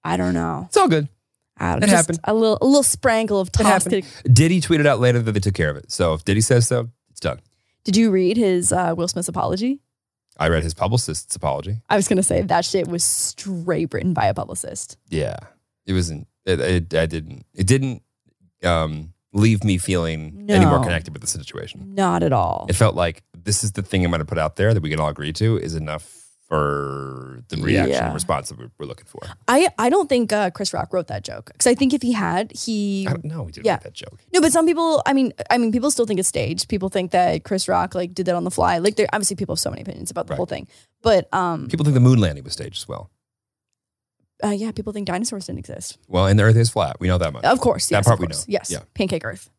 [SPEAKER 1] I don't know.
[SPEAKER 2] It's all good.
[SPEAKER 1] I don't
[SPEAKER 2] It
[SPEAKER 1] Um, just
[SPEAKER 2] happened.
[SPEAKER 1] A little, a little sprinkle of toss.
[SPEAKER 2] happened. Diddy tweeted out later that they took care of it. So if Diddy says so, it's done.
[SPEAKER 1] Did you read his uh, Will Smith's apology?
[SPEAKER 2] I read his publicist's apology.
[SPEAKER 1] I was gonna say that shit was straight written by a publicist.
[SPEAKER 2] Yeah, it wasn't. It, it, I didn't. It didn't um, leave me feeling any more
[SPEAKER 1] No.
[SPEAKER 2] connected with the situation.
[SPEAKER 1] Not at all.
[SPEAKER 2] It felt like this is the thing I'm going to put out there that we can all agree to is enough for the reaction
[SPEAKER 1] Yeah.
[SPEAKER 2] and response that we're, we're looking for.
[SPEAKER 1] I, I don't think uh, Chris Rock wrote that joke because I think if he had, he
[SPEAKER 2] I don't know. We didn't
[SPEAKER 1] Yeah.
[SPEAKER 2] make that joke.
[SPEAKER 1] no. But some people, I mean, I mean, people still think it's staged. People think that Chris Rock like did that on the fly. Like, there obviously people have so many opinions about the
[SPEAKER 2] Right.
[SPEAKER 1] whole thing. But um,
[SPEAKER 2] People think the moon landing was staged as well.
[SPEAKER 1] uh, yeah, people think dinosaurs didn't exist.
[SPEAKER 2] Well, and the Earth is flat. We know that much.
[SPEAKER 1] Of course,
[SPEAKER 2] That
[SPEAKER 1] yes,
[SPEAKER 2] part
[SPEAKER 1] of
[SPEAKER 2] we
[SPEAKER 1] course.
[SPEAKER 2] know.
[SPEAKER 1] Yes,
[SPEAKER 2] Yeah.
[SPEAKER 1] pancake Earth.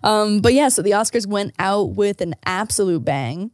[SPEAKER 1] *laughs* um, but yeah, so the Oscars went out with an absolute bang.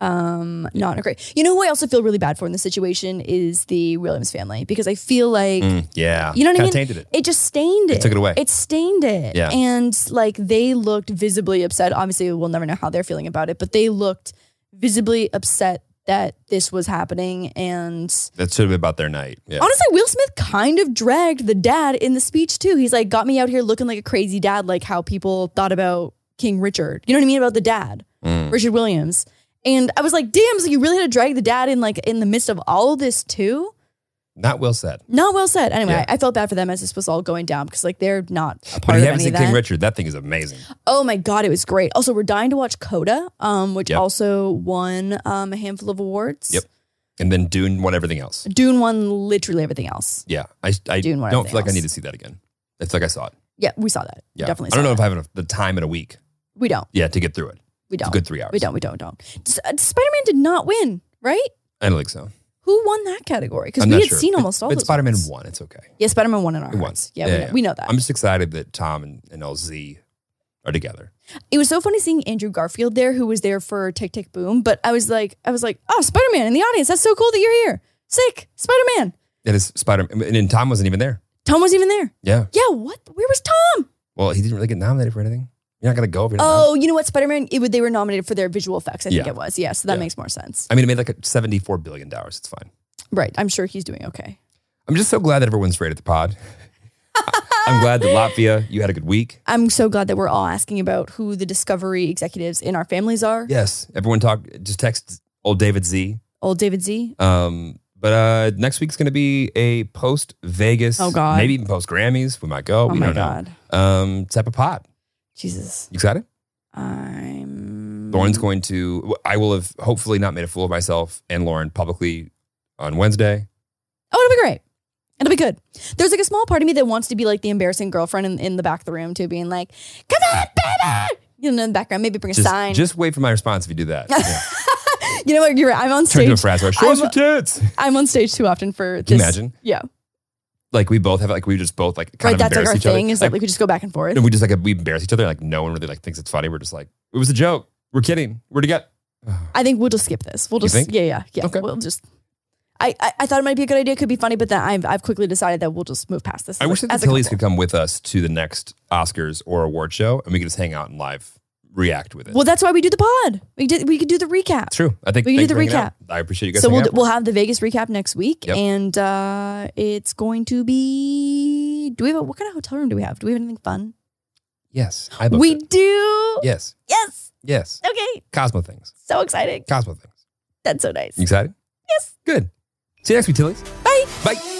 [SPEAKER 1] Um, not a great. You know who I also feel really bad for in this situation is the Williams family because I feel like
[SPEAKER 2] Mm, yeah,
[SPEAKER 1] You know what I
[SPEAKER 2] Kinda
[SPEAKER 1] mean?
[SPEAKER 2] Tainted it.
[SPEAKER 1] it just stained it.
[SPEAKER 2] It took it away.
[SPEAKER 1] It stained it.
[SPEAKER 2] Yeah.
[SPEAKER 1] And like they looked visibly upset. Obviously, we'll never know how they're feeling about it, but they looked visibly upset that this was happening and
[SPEAKER 2] That should have been about their night. Yeah.
[SPEAKER 1] Honestly, Will Smith kind of dragged the dad in the speech too. He's like, got me out here looking like a crazy dad, like how people thought about King Richard. You know what I mean? About the dad,
[SPEAKER 2] Mm.
[SPEAKER 1] Richard Williams. And I was like, damn, so you really had to drag the dad in like in the midst of all of this too?
[SPEAKER 2] Not well said.
[SPEAKER 1] Not well said. Anyway,
[SPEAKER 2] Yeah.
[SPEAKER 1] I, I felt bad for them as this was all going down because like they're not a
[SPEAKER 2] But
[SPEAKER 1] part of
[SPEAKER 2] if you haven't
[SPEAKER 1] any
[SPEAKER 2] seen
[SPEAKER 1] of
[SPEAKER 2] King
[SPEAKER 1] that.
[SPEAKER 2] Richard, that thing is amazing.
[SPEAKER 1] Oh my god, it was great. Also, we're dying to watch Coda, um, which
[SPEAKER 2] Yep.
[SPEAKER 1] also won um, a handful of awards.
[SPEAKER 2] Yep. And then Dune won everything else.
[SPEAKER 1] Dune won literally everything else.
[SPEAKER 2] Yeah. I, I
[SPEAKER 1] Dune won
[SPEAKER 2] don't
[SPEAKER 1] everything
[SPEAKER 2] feel like I
[SPEAKER 1] else.
[SPEAKER 2] need to see that again. It's like I saw it.
[SPEAKER 1] Yeah, we saw that.
[SPEAKER 2] Yeah.
[SPEAKER 1] Definitely.
[SPEAKER 2] I don't
[SPEAKER 1] saw
[SPEAKER 2] know if
[SPEAKER 1] that.
[SPEAKER 2] I have enough, the time in a week.
[SPEAKER 1] we don't.
[SPEAKER 2] Yeah, to get through it.
[SPEAKER 1] We
[SPEAKER 2] It's
[SPEAKER 1] don't.
[SPEAKER 2] a good three hours.
[SPEAKER 1] We don't. We don't. Don't. S- uh, Spider-Man did not win, right?
[SPEAKER 2] I don't think so.
[SPEAKER 1] Who won that category? Because
[SPEAKER 2] I'm
[SPEAKER 1] we
[SPEAKER 2] not
[SPEAKER 1] had
[SPEAKER 2] sure.
[SPEAKER 1] seen
[SPEAKER 2] But-
[SPEAKER 1] almost all.
[SPEAKER 2] But
[SPEAKER 1] those
[SPEAKER 2] Spider Man
[SPEAKER 1] ones.
[SPEAKER 2] won. It's okay.
[SPEAKER 1] Yeah, Spider-Man won in our
[SPEAKER 2] It won.
[SPEAKER 1] hearts. Yeah,
[SPEAKER 2] Yeah,
[SPEAKER 1] we, know,
[SPEAKER 2] yeah.
[SPEAKER 1] we know that.
[SPEAKER 2] I'm just excited that Tom and, and LZ are together.
[SPEAKER 1] it was so funny seeing Andrew Garfield there, who was there for Tick Tick Boom. But I was like, I was like, oh, Spider-Man in the audience. That's so cool that you're here. Sick, Spider-Man.
[SPEAKER 2] That is Spider Man. And then Tom wasn't even there.
[SPEAKER 1] Tom wasn't even there.
[SPEAKER 2] Yeah.
[SPEAKER 1] Yeah, what? Where was Tom?
[SPEAKER 2] Well, he didn't really get nominated for anything. You're not going to go if you're not nom-
[SPEAKER 1] Oh, you know what? Spider-Man. It would. They were nominated for their visual effects. I think
[SPEAKER 2] Yeah.
[SPEAKER 1] it was. Yeah, so that
[SPEAKER 2] Yeah.
[SPEAKER 1] makes more sense.
[SPEAKER 2] I mean, it made like a $74 billion. It's fine.
[SPEAKER 1] Right. I'm sure he's doing okay.
[SPEAKER 2] I'm just so glad that everyone's rated the pod. *laughs* I'm glad that Latvia, you had a good week.
[SPEAKER 1] I'm so glad that we're all asking about who the Discovery executives in our families are.
[SPEAKER 2] Yes, everyone talk. Just text old David Z.
[SPEAKER 1] Old David Z.
[SPEAKER 2] Um, but uh, next week's going to be a post Vegas,
[SPEAKER 1] Oh, God.
[SPEAKER 2] maybe even post Grammys. We might go.
[SPEAKER 1] Oh,
[SPEAKER 2] we
[SPEAKER 1] my
[SPEAKER 2] don't
[SPEAKER 1] God. Mm-hmm.
[SPEAKER 2] know. Um, type of pod.
[SPEAKER 1] Jesus.
[SPEAKER 2] You excited?
[SPEAKER 1] I'm.
[SPEAKER 2] Lauren's going to. I will have hopefully not made a fool of myself and Lauren publicly on Wednesday.
[SPEAKER 1] Oh, it'll be great. It'll be good. There's like a small part of me that wants to be like the embarrassing girlfriend in, in the back of the room, too, being like, come on, baby. You know, in the background, maybe bring a
[SPEAKER 2] Just,
[SPEAKER 1] sign. *laughs*
[SPEAKER 2] just wait for my response if you do that. Yeah.
[SPEAKER 1] you know what? You're right. I'm on
[SPEAKER 2] Turn to a
[SPEAKER 1] stage.
[SPEAKER 2] frazzler. Show us
[SPEAKER 1] I'm-
[SPEAKER 2] your tits. *laughs*
[SPEAKER 1] I'm on stage too often for this.
[SPEAKER 2] Can you imagine?
[SPEAKER 1] Yeah.
[SPEAKER 2] Like we both have like we just both like
[SPEAKER 1] right.
[SPEAKER 2] kind of
[SPEAKER 1] That's like
[SPEAKER 2] embarrass
[SPEAKER 1] our
[SPEAKER 2] each other.
[SPEAKER 1] thing is that
[SPEAKER 2] Like,
[SPEAKER 1] like we just go back and forth.
[SPEAKER 2] and we just like we embarrass each other. Like no one really like thinks it's funny. We're just like it was a joke. We're kidding. We're together. *sighs*
[SPEAKER 1] I think we'll just skip this. We'll
[SPEAKER 2] You
[SPEAKER 1] just
[SPEAKER 2] think?
[SPEAKER 1] yeah, yeah, yeah.
[SPEAKER 2] Okay.
[SPEAKER 1] We'll just. I, I, I thought it might be a good idea. It could be funny, but then I've, I've quickly decided that we'll just move past this.
[SPEAKER 2] I
[SPEAKER 1] as a-
[SPEAKER 2] wish that the
[SPEAKER 1] as a
[SPEAKER 2] Tillies
[SPEAKER 1] couple.
[SPEAKER 2] could come with us to the next Oscars or award show, and we could just hang out and live react with it.
[SPEAKER 1] Well, that's why we do the pod. We did. We could do the recap.
[SPEAKER 2] It's true. I think
[SPEAKER 1] we can
[SPEAKER 2] thanks
[SPEAKER 1] do
[SPEAKER 2] for
[SPEAKER 1] the
[SPEAKER 2] hanging out.
[SPEAKER 1] recap.
[SPEAKER 2] I appreciate you guys.
[SPEAKER 1] So we'll
[SPEAKER 2] hanging out
[SPEAKER 1] we'll
[SPEAKER 2] for
[SPEAKER 1] have the Vegas recap next week,
[SPEAKER 2] Yep.
[SPEAKER 1] and uh, it's going to be. Do we have a, what kind of hotel room do we have? Do we have anything fun?
[SPEAKER 2] me. yes, I booked
[SPEAKER 1] we
[SPEAKER 2] it.
[SPEAKER 1] do.
[SPEAKER 2] yes,
[SPEAKER 1] Yes.
[SPEAKER 2] Yes.
[SPEAKER 1] Okay,
[SPEAKER 2] Cosmo things.
[SPEAKER 1] so exciting.
[SPEAKER 2] Cosmo things.
[SPEAKER 1] That's so nice.
[SPEAKER 2] You excited?
[SPEAKER 1] Yes.
[SPEAKER 2] Good. See you next week, Tillies.
[SPEAKER 1] Bye.
[SPEAKER 2] Bye.